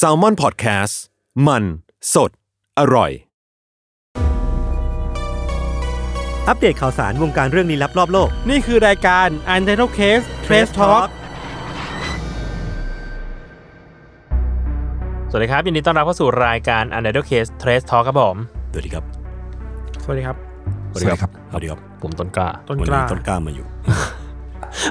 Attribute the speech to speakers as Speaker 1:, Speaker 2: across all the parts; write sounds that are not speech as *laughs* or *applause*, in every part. Speaker 1: s a l m o n PODCAST มันสดอร่อย
Speaker 2: อัปเดตข่าวสารวงการเรื่องลี้ลับรอบโลก
Speaker 3: นี่คือรายการ u n t i t l e Case Trace Talk สวัสดีครับ ยินดีต้อนรับเข้าสู่รายการ u n t i t l e Case Trace Talk ครับผม
Speaker 4: สวัสดีครับ
Speaker 5: สวัสดีครับ
Speaker 4: สวัสดีครับ สวัสดีครับ
Speaker 3: ผมต้นกล้า
Speaker 5: ต้น
Speaker 4: วัน
Speaker 5: ก
Speaker 4: นี้
Speaker 5: ล้า
Speaker 4: ต้นกล้ามาอยู่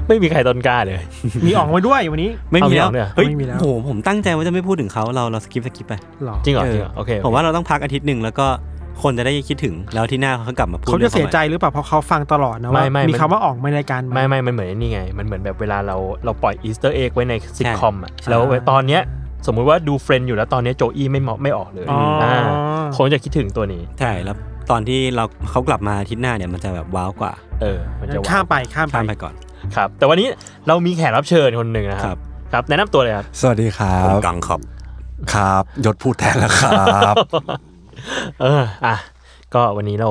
Speaker 3: ไม่มีใครต้นกล้าเลย
Speaker 5: มีออกมาด้วยวันนี้
Speaker 2: ไม่มีแล้ว
Speaker 3: เอาไม่เอาเนี่ย
Speaker 2: เฮ้ย
Speaker 5: ไม่มีแล้ว
Speaker 2: โอ้โหผมตั้งใจว่าจะไม่พูดถึงเขาเราเราสกิปสกิปไป
Speaker 5: หรอ
Speaker 3: จริงเหรอจริงเหรอโอเค
Speaker 2: ผมว่าเราต้องพักอาทิตย์หนึ่งแล้วก็คนจะได้คิดถึงแล้วที่หน้าเขากลับมาพูด
Speaker 5: เขาจะเสียใจ
Speaker 2: รื่อง
Speaker 5: หรือเปล่าเพราะเขาฟังตลอดนะว่า
Speaker 3: ไม่ไม่
Speaker 5: มี
Speaker 3: มัน
Speaker 5: คำว่าออกมาในรายการไหม
Speaker 3: ไม่ไม่มันเหมือนไอ้นี่ไง มันเหมือนแบบเวลาเราเราปล่อยอีสเตอร์เอ็กไว้ในซิทคอมอ่ะ แล้วตอนเนี้ยสมมุติว่าดูเฟรนอยู่แล้วตอนเนี้ยโจอี้ไม่เหมาะไม่ออกเลย
Speaker 5: อ๋ออ
Speaker 3: าคนจะคิดถึงตัวนี้
Speaker 2: ของมันใช่แล้วตอนที่เราเขากลับมาอาทิตย์หน้าเนี่ยมันจะแบบว้าวกว่า
Speaker 3: เออ มันจะ
Speaker 5: ข้ามไปข้ามไป
Speaker 2: ข้ามไปก่อน
Speaker 3: ครับ แต่วันนี้เรามีแขกรับเชิญคนหนึ่งนะค
Speaker 2: ครั
Speaker 3: รับ
Speaker 2: บ
Speaker 3: ครับ แนะนำตัวเลยครับ
Speaker 6: สวัสดีครั
Speaker 4: ผม
Speaker 6: บ
Speaker 4: กังครับ
Speaker 6: ครับยศพูดแทนแล้วครับ
Speaker 3: เออ อ่ะ ก็วันนี้เรา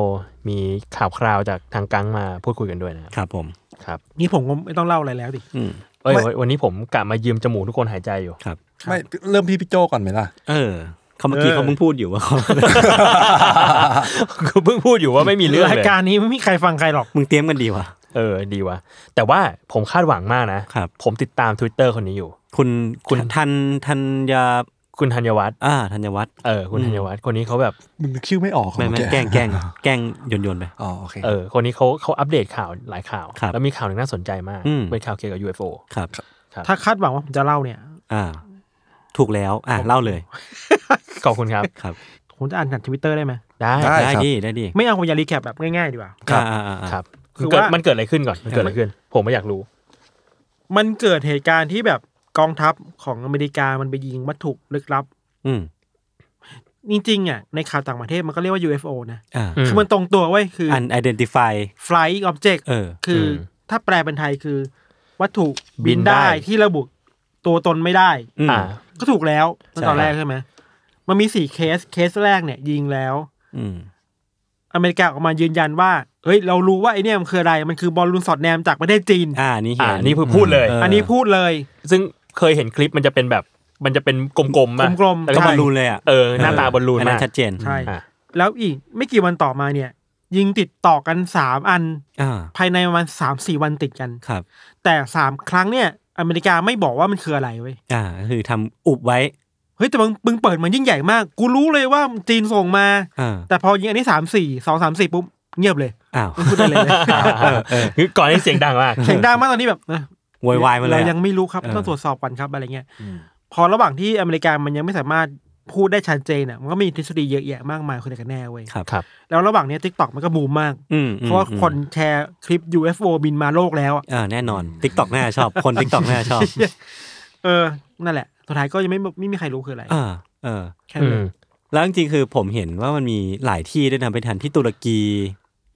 Speaker 3: มีข่าวคราวจากทางกังมาพูดคุยกันด้วยนะครับ
Speaker 2: ครับผม
Speaker 3: ครับ
Speaker 5: นี่ผมก็ไม่ต้องเล่าอะไรแล้วดิ
Speaker 2: อืม
Speaker 3: เอ้ย
Speaker 6: ไม่
Speaker 3: วันนี้ผมกะมายืมจมูกทุกคนหายใจอยู่
Speaker 2: ครับ
Speaker 6: ไม่เริ่มพี่พี่โจก่อนไหม *laughs* ล่ะ
Speaker 2: เออเขาเมื่อกี้
Speaker 5: เออ
Speaker 2: เขาเพิ่งพูดอยู่ว่า *laughs* เขา
Speaker 3: คือเพิ่งพูดอยู่ว่าไม่มีเรื่อง
Speaker 5: ราย
Speaker 3: เลย
Speaker 5: การนี้ไม่มีใครฟังใครหรอก
Speaker 2: มึงเตรียมกันดีวะ
Speaker 3: เออ ดีว่ะ แต่ว่าผมคาดหวังมากนะ
Speaker 2: ครับ
Speaker 3: ผมติดตาม Twitter คนนี้อยู่
Speaker 2: คุณ
Speaker 3: คุณ
Speaker 2: ทันทันยา
Speaker 3: คุณธัญวัฒน์
Speaker 2: อ่าธัญวัฒน์
Speaker 3: เออ คุณธัญวัฒน์ คนนี้เขาแบบ
Speaker 6: มึงนึกชื่อไม่ออกเหรอ
Speaker 2: ไม่ไม่
Speaker 6: เอ
Speaker 2: แกล้งแกล้งแกล้งโยนโยนไป
Speaker 6: อ๋อโอเค
Speaker 3: เออ คนนี้เขาเขาอัปเดตข่าวหลายข่าว
Speaker 2: ครับ
Speaker 3: แล้วมีข่าวหนึ่งน่าสนใจมาก
Speaker 2: อืม
Speaker 3: เป็นข่าวเกี่ยวกับ UFO
Speaker 2: ครับ
Speaker 3: ครับ
Speaker 5: ถ้าคาดหวังว่าผมจะเล่าเนี่ย
Speaker 2: อ่า ถูกแล้วอ่าเล่าเลย
Speaker 3: ขอบคุณครับ
Speaker 2: ครับ
Speaker 5: ผมจะอ่านจากทวิตเตอร์ได้ไหม
Speaker 3: ได้
Speaker 6: ได้
Speaker 2: ได้
Speaker 6: ครับ
Speaker 2: ดีได้ดี
Speaker 5: ไม่เอาพยารีแคปแบบง่ายๆดีกว่า
Speaker 2: ครับอ่าอ่าอ่า
Speaker 3: ครับ
Speaker 5: คือ
Speaker 3: เกิด
Speaker 5: ว่ามั
Speaker 3: มันเกิดอะไรขึ้นก่อน มันเกิดอะไรขึ้น ผมไม่อยากรู้
Speaker 5: มันเกิดเหตุการณ์ที่แบบกองทัพของอเมริกามันไปยิงวัตถุลึกลับ
Speaker 2: อืม
Speaker 5: จริงๆอ่ะในข่าวต่างประเทศมันก็เรียกว่า UFO นะ
Speaker 2: อ่า
Speaker 3: อืม
Speaker 5: คือมันตรงตัวเว้ยคืออ
Speaker 2: อัน identify
Speaker 5: flying object
Speaker 2: เออ
Speaker 5: คืออ
Speaker 3: ม
Speaker 5: ถ้าแปลเป็นไทยคือ วัตถุ
Speaker 3: บิ
Speaker 5: บิ
Speaker 3: น
Speaker 5: น
Speaker 3: ได้
Speaker 5: ได้ที่ระบุตัวตนไม่ได้
Speaker 2: อืม
Speaker 3: อ่า
Speaker 5: ก็ถูกแล้วตั้งแต่ตอน
Speaker 2: ใช่
Speaker 5: แรกใช่ไหมมันมีสี่เคสเคสแรกเนี่ย ยิงแล้ว
Speaker 2: อืม
Speaker 5: อเมริกาออกมายืนยันว่า เฮ้ย เรารู้ว่าไอเนี่ยมันคืออะไร มันคือบอลลูนสอดแนมจากประเทศจีน
Speaker 2: อ่านี่เห็
Speaker 3: อ่าน นี่พูดพูดเลย
Speaker 2: เออ
Speaker 5: อันนี้พูดเลย
Speaker 3: ซึ่งเคยเห็นคลิปมันจะเป็นแบบ มันจะเป็นกลมๆมาก
Speaker 5: ลมๆ
Speaker 2: ก็บอลลูนเลยอ่ะ
Speaker 3: เออ หน้าตาบอลลูน
Speaker 2: อัน
Speaker 3: มา
Speaker 2: นั้
Speaker 3: ก
Speaker 2: นชัดเจน
Speaker 5: ใช่
Speaker 3: อ่ะ
Speaker 5: แล้วอีกไม่กี่วันต่อมาเนี่ย ยิงติดต่อกันสามอัน
Speaker 2: อ่า
Speaker 5: ภายในประมาณสามสี่วันติดกัน
Speaker 2: ครับ
Speaker 5: แต่สามครั้งเนี่ย อเมริกาไม่บอกว่ามันคืออะไรเว้ย
Speaker 2: อ่าก็คือทำอุบไว้
Speaker 5: เฮ้ยแต่มึงมึงเปิดมันยิ่งใหญ่มาก กูรู้เลยว่าจีนส่งมา
Speaker 2: อ่า
Speaker 5: แต่พอยิงอันนี้สามสี่สองสามสี่ปุ๊บเงียบเลย
Speaker 2: อ้าว
Speaker 5: ไม่พูด
Speaker 2: *laughs*
Speaker 5: อะไรเลย
Speaker 3: คือก่อนนี้เสียงดังมาก
Speaker 5: เสียงดังมากตอนนี้แบบนะ
Speaker 2: โวยวายมาเลย
Speaker 5: เรายั
Speaker 2: อะ
Speaker 5: งไม่รู้ครับ
Speaker 2: เออ
Speaker 5: ต้องตรวจสอบก่อนครับอะไรเงี้ยพอระหว่างที่อเมริกามันยังไม่สามารถพูดได้ชัดเจนอ่ะมันก็มีทฤษฎีเยอะแยะมากมายคนไหนกันแน่เว้ย
Speaker 2: ครับ
Speaker 3: ครับ
Speaker 5: แล้วระหว่างเนี้ทิกตอกมันก็บูมมาก
Speaker 2: อืม
Speaker 5: เพราะว่าคนแชร์คลิป UFO บินมาโลกแล้วอะ
Speaker 2: อ่าแน่นอนทิกตอกน่าชอบ คนทิกตอกน่าชอบ
Speaker 5: เออนั่นแหละสุดท้ายก็ยังไม่ไม่มีใครรู้คืออะไร
Speaker 2: อ่าเออ
Speaker 5: แค่นั้นเล
Speaker 3: อื
Speaker 5: ย
Speaker 3: ม
Speaker 2: แล้วจริงๆคือผมเห็นว่ามันมีหลายที่ด้วยนะไปทันที่ตุรกี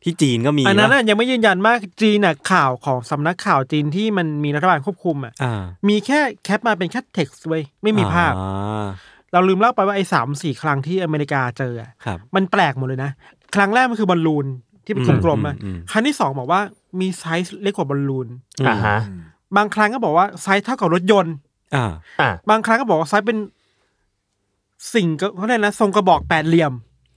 Speaker 2: ที่จีนก็มี
Speaker 5: อันนั้น
Speaker 2: ปะ
Speaker 5: น่ะยังไม่ยืนยันมากจีนน่ะข่าวของสำนักข่าวจีนที่มันมีรัฐบาลควบคุมอ่ะ
Speaker 2: อ่า
Speaker 5: มีแค่แคปมาเป็นแค่เท็กซ์เว้ยไม่มีภาพ
Speaker 2: อ่า
Speaker 5: เราลืมเล่าไปว่าไอ้สามสี่ครั้งที่อเมริกาเจออะ
Speaker 2: ครับ
Speaker 5: มันแปลกหมดเลยนะ ครั้งแรกมันคือบอลลูนที่เป็น
Speaker 3: อืม
Speaker 5: กลมๆอะ
Speaker 2: อืม
Speaker 5: ครั้งที่สองบอกว่ามีไซส์เล็กกว่าบอลลูน
Speaker 3: อ่าฮะ
Speaker 5: บางครั้งก็บอกว่าไซส์เท่ากับรถยนต์
Speaker 2: อ่า
Speaker 3: อ่า
Speaker 5: บางครั้งก็บอกว่าไซส์เป็นสิ่งก็เขาเรียกนะทรงกระบอกแปดเหลี่ยม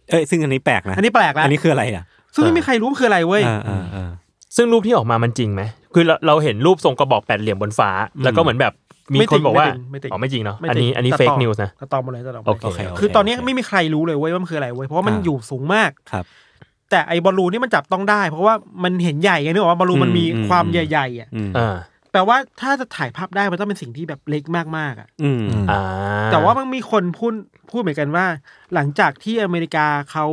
Speaker 2: เอ้ยซึ่งอันนี้แปลกนะ
Speaker 5: อันนี้แปลกแล้ว
Speaker 2: อันนี้คืออะไรอ่ะ
Speaker 5: ซึ่งไม่มีใครรู้ว่าคืออะไรเว้ย
Speaker 2: อ่าอ่าอ่า
Speaker 3: ซึ่งรูปที่ออกมามันจริงไหม คือเราเราเห็นรูปทรงกระบอกแปดเหลี่ยมบนฟ้า แล้วก็เหมือนแบบ มี
Speaker 5: ไม่จ
Speaker 3: ค
Speaker 5: ริ
Speaker 3: น
Speaker 5: ง
Speaker 3: บอกว่า
Speaker 5: ไม่จริงไม่จริง
Speaker 3: อ๋อไม่จริงเนาะ
Speaker 5: ไม่
Speaker 3: อัน
Speaker 5: จริง
Speaker 3: นี้อันนี้
Speaker 5: ตัด
Speaker 3: เฟก
Speaker 5: ต่
Speaker 3: นิวส์นะ
Speaker 5: ตัดตอหมาเลยตัดต่อหมา
Speaker 3: โอ
Speaker 5: เลย
Speaker 3: เค
Speaker 2: โอเค
Speaker 5: คือตอนนี้
Speaker 2: โอเค
Speaker 5: ไม่มีใครรู้เลยเว้ยว่ามันคืออะไรเว้ยเพราะว่ามัน
Speaker 2: อ่า
Speaker 5: อยู่สูงมาก
Speaker 2: ครับ
Speaker 5: แต่ไอ้บอลลูนนี่มันจับต้องได้ เพราะว่ามันเห็นใหญ่ไงนึกออกว่าบอลลูนมันมี
Speaker 2: อืม
Speaker 5: ความ
Speaker 2: อืม
Speaker 5: ใหญ่ๆอ่ะ
Speaker 2: อืม
Speaker 3: อ่า
Speaker 5: แปลว่าถ้าจะถ่ายภาพได้มันต้องเป็นสิ่งที่แบบเล็กมากๆอ่ะ
Speaker 2: อืม
Speaker 6: อืม
Speaker 3: อ่า
Speaker 5: แต่ว่ามันมีคนพูดพูดเหมือนกันว่า หลังจากที่อเมริกาเขา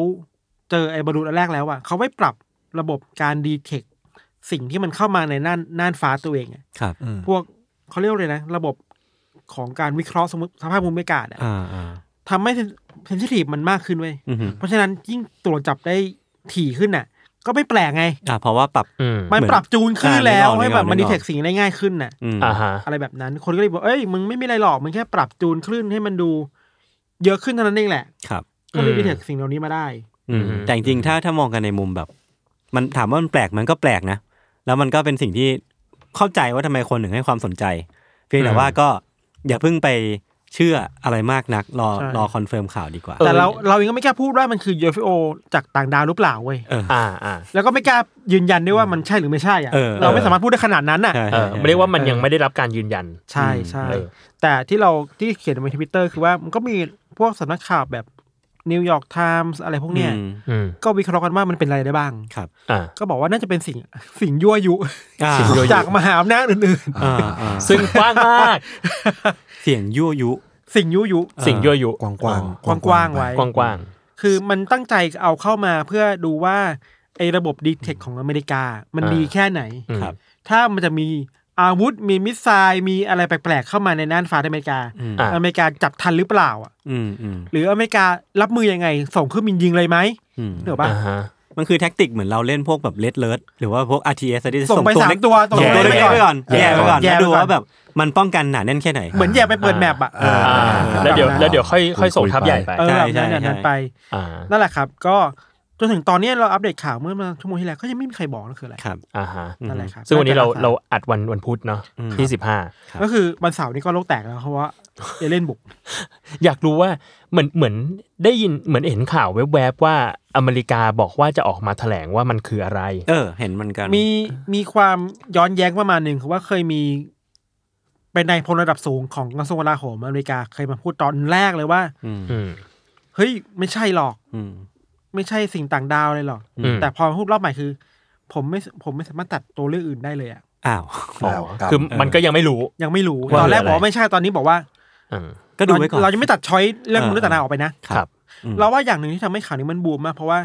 Speaker 5: เจอไอ้บอลลูนอันแรกแล้วอะเขาไม่ปรับระบบการดีเทคสิ่งที่มันเข้ามาในน่านน่านฟ้าตัวเองอะ
Speaker 2: ครับ
Speaker 5: พวกเขาเรียกเลยนะ ระบบ ของการวิเคราะห์สมมติสภาพภูมิอากาศอะ
Speaker 2: อ่าอ่า
Speaker 5: ทำให้เซนซิทีฟมันมากขึ้นเว้ย
Speaker 2: อืม
Speaker 5: เพราะฉะนั้นยิ่งตรวจจับได้ถี่ขึ้นอ่ะ ก็ไม่แปลกไง
Speaker 2: อ่าเพราะว่าปรับ
Speaker 3: อืม
Speaker 5: มัน
Speaker 2: เหมือน
Speaker 5: ปรับจูนขึ้น
Speaker 2: อ่า
Speaker 5: แล้ว
Speaker 2: นึกออก
Speaker 5: ให้แบ
Speaker 2: นึกอ
Speaker 5: บ
Speaker 2: อก
Speaker 5: มันดีเทคสิ่งได้ง่ายขึ้นน่ะ
Speaker 2: อืม
Speaker 3: อ่าฮะ
Speaker 5: อะไรแบบนั้น คนก็เลยบอกเอ้ยมึงไม่มีอะไรหรอกมึงแค่ปรับจูนคลื่นให้มันดู เยอะขึ้นเท่านั้นเองแหละ
Speaker 2: ครับ
Speaker 5: ก็เลย
Speaker 3: อืม
Speaker 5: ดีเทคสิ่งเหล่านี้มาได้
Speaker 2: อืม
Speaker 3: อืม
Speaker 2: แต่จริงๆถ้าถ้ามองกันในมุมแบบ มันถามว่ามันแปลกมันก็แปลกนะ แล้วมันก็เป็นสิ่งที่เข้าใจว่าทำไมคนถึงให้ความสนใจ เพียงแต่ว่าก็อย่าเพิ่งไปเชื่ออะไรมากนัก รอ
Speaker 5: ใช่
Speaker 2: รอคอนเฟิร์มข่าวดีกว่า
Speaker 5: แต่เราเราเองก็ไม่กล้าพูดว่ามันคือ UFO จากต่างดาวหรือเปล่าเว้ย
Speaker 2: เออ
Speaker 3: อ่าอ่า
Speaker 5: แล้วก็ไม่กล้ายืนยันด้วยว่ามันใช่หรือไม่ใช่อ่ะ
Speaker 2: เออ
Speaker 5: เราไม่สามารถพูดได้ขนาดนั้นน่ะ
Speaker 2: ใช่
Speaker 3: เอ
Speaker 2: ใช่
Speaker 3: อไม่ได้ว่ามันยังไม่ได้รับการยืนยัน
Speaker 5: ใช่ใช่
Speaker 3: เออ
Speaker 5: แต่ที่เราที่เขียนในทวิตเตอร์คือว่ามันก็มีพวกสำนักข่าวแบบนิวยอร์กไทมส์อะไรพวกเนี้ย
Speaker 2: อืม
Speaker 3: อืม
Speaker 5: ก็วิเคราะห์กันว่ามันเป็นอะไรได้บ้าง
Speaker 3: อ่า
Speaker 5: ก็บอกว่าน่าจะเป็นสิ่งสิ่งยั่วยุ
Speaker 2: อ่า
Speaker 5: จากมหาอำนาจอื่น
Speaker 2: อ่าอ่า
Speaker 3: ซึ่งกว้างมาก
Speaker 2: เสียงยั่วยุ
Speaker 5: ๆ สิ่งยั่วยุ
Speaker 3: สิ่งยั่วยุ
Speaker 6: กว้างกว้าง
Speaker 5: กว้างๆไว้
Speaker 3: กว้างกว้าง
Speaker 5: คือมันตั้งใจเอาเข้ามาเพื่อดูว่าไอ้ระบบดีเทคของอเมริกา มันดีแค่ไหน
Speaker 3: ๆอืม
Speaker 2: ครับ
Speaker 5: ถ้ามันจะมีอาวุธมีมิสไซล์มีอะไรแปลกๆเข้ามาในน่านฟ้าอเมริกา
Speaker 2: อืม
Speaker 3: อ่ะ
Speaker 5: อเมริกาจับทันหรือเปล่าอ่ะ
Speaker 2: อืมอืม
Speaker 5: หรืออเมริการัมือยังไง ส่งเครื่องบินยิงเลยไหม
Speaker 2: อืม
Speaker 5: เหนือปะ
Speaker 3: อ่าฮะ
Speaker 2: มันคือแท็กติกเหมือนเราเล่นพวกแบบเลดเลิร์ดหรือว่าพวก RTS ที่
Speaker 5: ส่งไปสาม
Speaker 2: เล็ก
Speaker 5: ตัว
Speaker 2: ส่งตัวเล็กๆไปก่อน
Speaker 3: แย่
Speaker 2: แย่
Speaker 3: ไป
Speaker 2: ไป
Speaker 3: ก่
Speaker 2: ก่อ
Speaker 3: อ
Speaker 2: น น
Speaker 5: แย่
Speaker 2: แล้ว
Speaker 5: ไป
Speaker 2: ดู
Speaker 5: ก่อน
Speaker 2: ว่าแบบมันป้องกันหนาแน่นแค่ไหน
Speaker 5: เหมือนแย่ไปเปิดแมปอ่ะ
Speaker 6: อ่า
Speaker 3: แล้วเดี๋ยวแล้วเดี๋ยวค่อยค่อยส่ง
Speaker 6: คุยๆ
Speaker 3: ทัพใหญ่ไป
Speaker 5: เออ
Speaker 2: ใช่
Speaker 5: แบบ
Speaker 2: ใช่
Speaker 5: นั้นแบบนั้น
Speaker 2: ใช่
Speaker 5: ไป
Speaker 3: อ่า
Speaker 5: นั่นแหละครับ ก็จนถึงตอนนี้เราอัปเดตข่าวเมื่อมาชั่วโมงที่แล้วก็ยังไม่มีใครบอกนั่นคืออะไร
Speaker 2: ครับ
Speaker 3: อ่าฮะ
Speaker 5: นั่นแหละครับ
Speaker 3: ซึ่งวันนี้เรา
Speaker 5: น่จะ
Speaker 3: เราอัดวันวันพุธเนาะ
Speaker 2: อืม
Speaker 3: ที่สิบห้า
Speaker 2: ครับ
Speaker 5: ก็คือวันเสาร์นี้ก็โลกแตกแล้วเพราะว่าเอเลนบุก
Speaker 3: อยากรู้ว่าเหมือนเหมือนได้ยินเหมือนเห็นข่าวแวบๆว่าอเมริกาบอกว่าจะออกมาแถลงว่ามันคืออะไร
Speaker 2: เออ เห็นมันกัน
Speaker 5: มีมีความย้อนแย้งประมาณหนึ่งคือว่าเคยมี เป็นนายพลระดับสูงของกระทรวงกลาโหมอเมริกาเคยมาพูดตอนแรกเลยว่า
Speaker 2: อืม
Speaker 3: อืม
Speaker 5: เฮ้ย ไม่ใช่หรอก
Speaker 2: อืม
Speaker 5: ไม่ใช่สิ่งต่างดาวเลยหรอก
Speaker 3: อืม
Speaker 5: แต่พอพูดรอบใหม่คือ ผมไม่ผมไม่สามารถตัดตัวเลือกอื่นได้เลยอะ
Speaker 2: อ้าว *laughs*
Speaker 6: อ๋อครับ
Speaker 3: คือมันก็ยังไม่รู้
Speaker 5: ยังไม่รู้
Speaker 3: ว่า
Speaker 5: ตอนแรก
Speaker 3: อะไร
Speaker 5: บอกว่าไม่ใช่ตอนนี้บอกว่า
Speaker 3: อืม
Speaker 2: ก็ดูไว้ก่อน
Speaker 5: เรายังไม่ตัดช้อยเรื่องมนุษย์ต่างดาวออกไปนะ
Speaker 3: ครับ
Speaker 2: อืม
Speaker 5: เราว่าอย่างหนึ่งที่ทำให้ข่าวนี้มันบูมมากเพราะว่า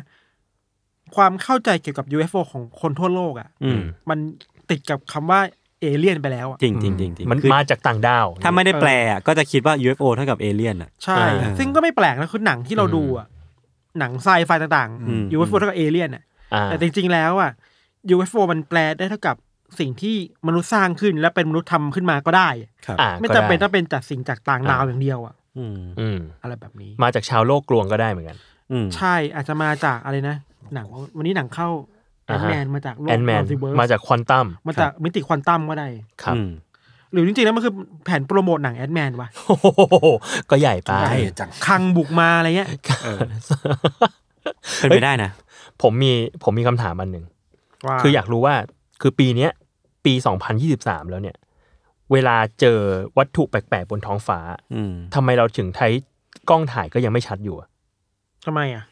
Speaker 5: ความเข้าใจเกี่ยวกับ UFO ของคนทั่วโลกอะ
Speaker 2: อืม
Speaker 5: มันติดกับคำว่าเอเลี่ยนไปแล้วอะ
Speaker 2: จริงจริงจริงจริง
Speaker 3: มัน
Speaker 2: คือ
Speaker 3: มาจากต่างดาว
Speaker 2: ถ้าไม่ได้แปลอ่ะก็จะคิดว่า UFO เท่ากับเอเลี่ยนอ่ะ
Speaker 5: ใช่
Speaker 3: อ่า
Speaker 5: ซึ่งก็ไม่แปลกนะคือหนังที่เรา
Speaker 3: อืม
Speaker 5: ดูอ่ะ หนังไซไฟต่าง
Speaker 2: อืม
Speaker 5: ๆ UFO เท่ากับเอเลี่ยนอ่ะ
Speaker 3: อ่า
Speaker 5: แต่จริงๆแล้วอ่ะ UFO มันแปลได้เท่ากับสิ่งที่มนุษย์สร้างขึ้น และเป็นมนุษย์ทำขึ้นมาก็ได้อะ
Speaker 3: อ่า
Speaker 5: ไม่
Speaker 3: ก็ด้
Speaker 5: จำเป็นต้องเป็นจากสิ่งจากต่างดาวอย่างเดียวอ่ะ
Speaker 2: อืม
Speaker 3: อืม
Speaker 5: อะไรแบบนี้
Speaker 3: มาจากชาวโลกกลวงก็ได้เหมือนกัน
Speaker 2: อืม
Speaker 5: ใช่อาจจะมาจากอะไรนะ หนังวันนี้หนังเข้าแอ
Speaker 3: อ่านฮะ
Speaker 5: แมนมาจากโลก
Speaker 3: แอนแมน
Speaker 5: มัลติเวิร์ส
Speaker 3: มาจากควอนตัม
Speaker 5: มาจากมิติควอนตัมก็ได้
Speaker 3: ครับ
Speaker 2: อืม
Speaker 5: หรือจริงๆแล้วมันคือแผนโปรโมทหนังแอดแมนว่ะ
Speaker 3: โอ้โหก็ใหญ่ไป
Speaker 6: ใช่จัง
Speaker 5: คังบุกมาอะไรเงี้ย
Speaker 2: เป็นไปได้นะ
Speaker 3: ผมมีผมมีคำถามอันหนึ่ง
Speaker 5: ว่า
Speaker 3: คืออยากรู้ว่าคือปีเนี้ยปี 2023 แล้วเนี่ย เวลาเจอวัตถุแปลกๆบนท้องฟ้า
Speaker 2: อืม
Speaker 3: ทำไมเราถึงใช้กล้องถ่ายก็ยังไม่ชัดอยู่อะ
Speaker 5: ทำไมอ่ะ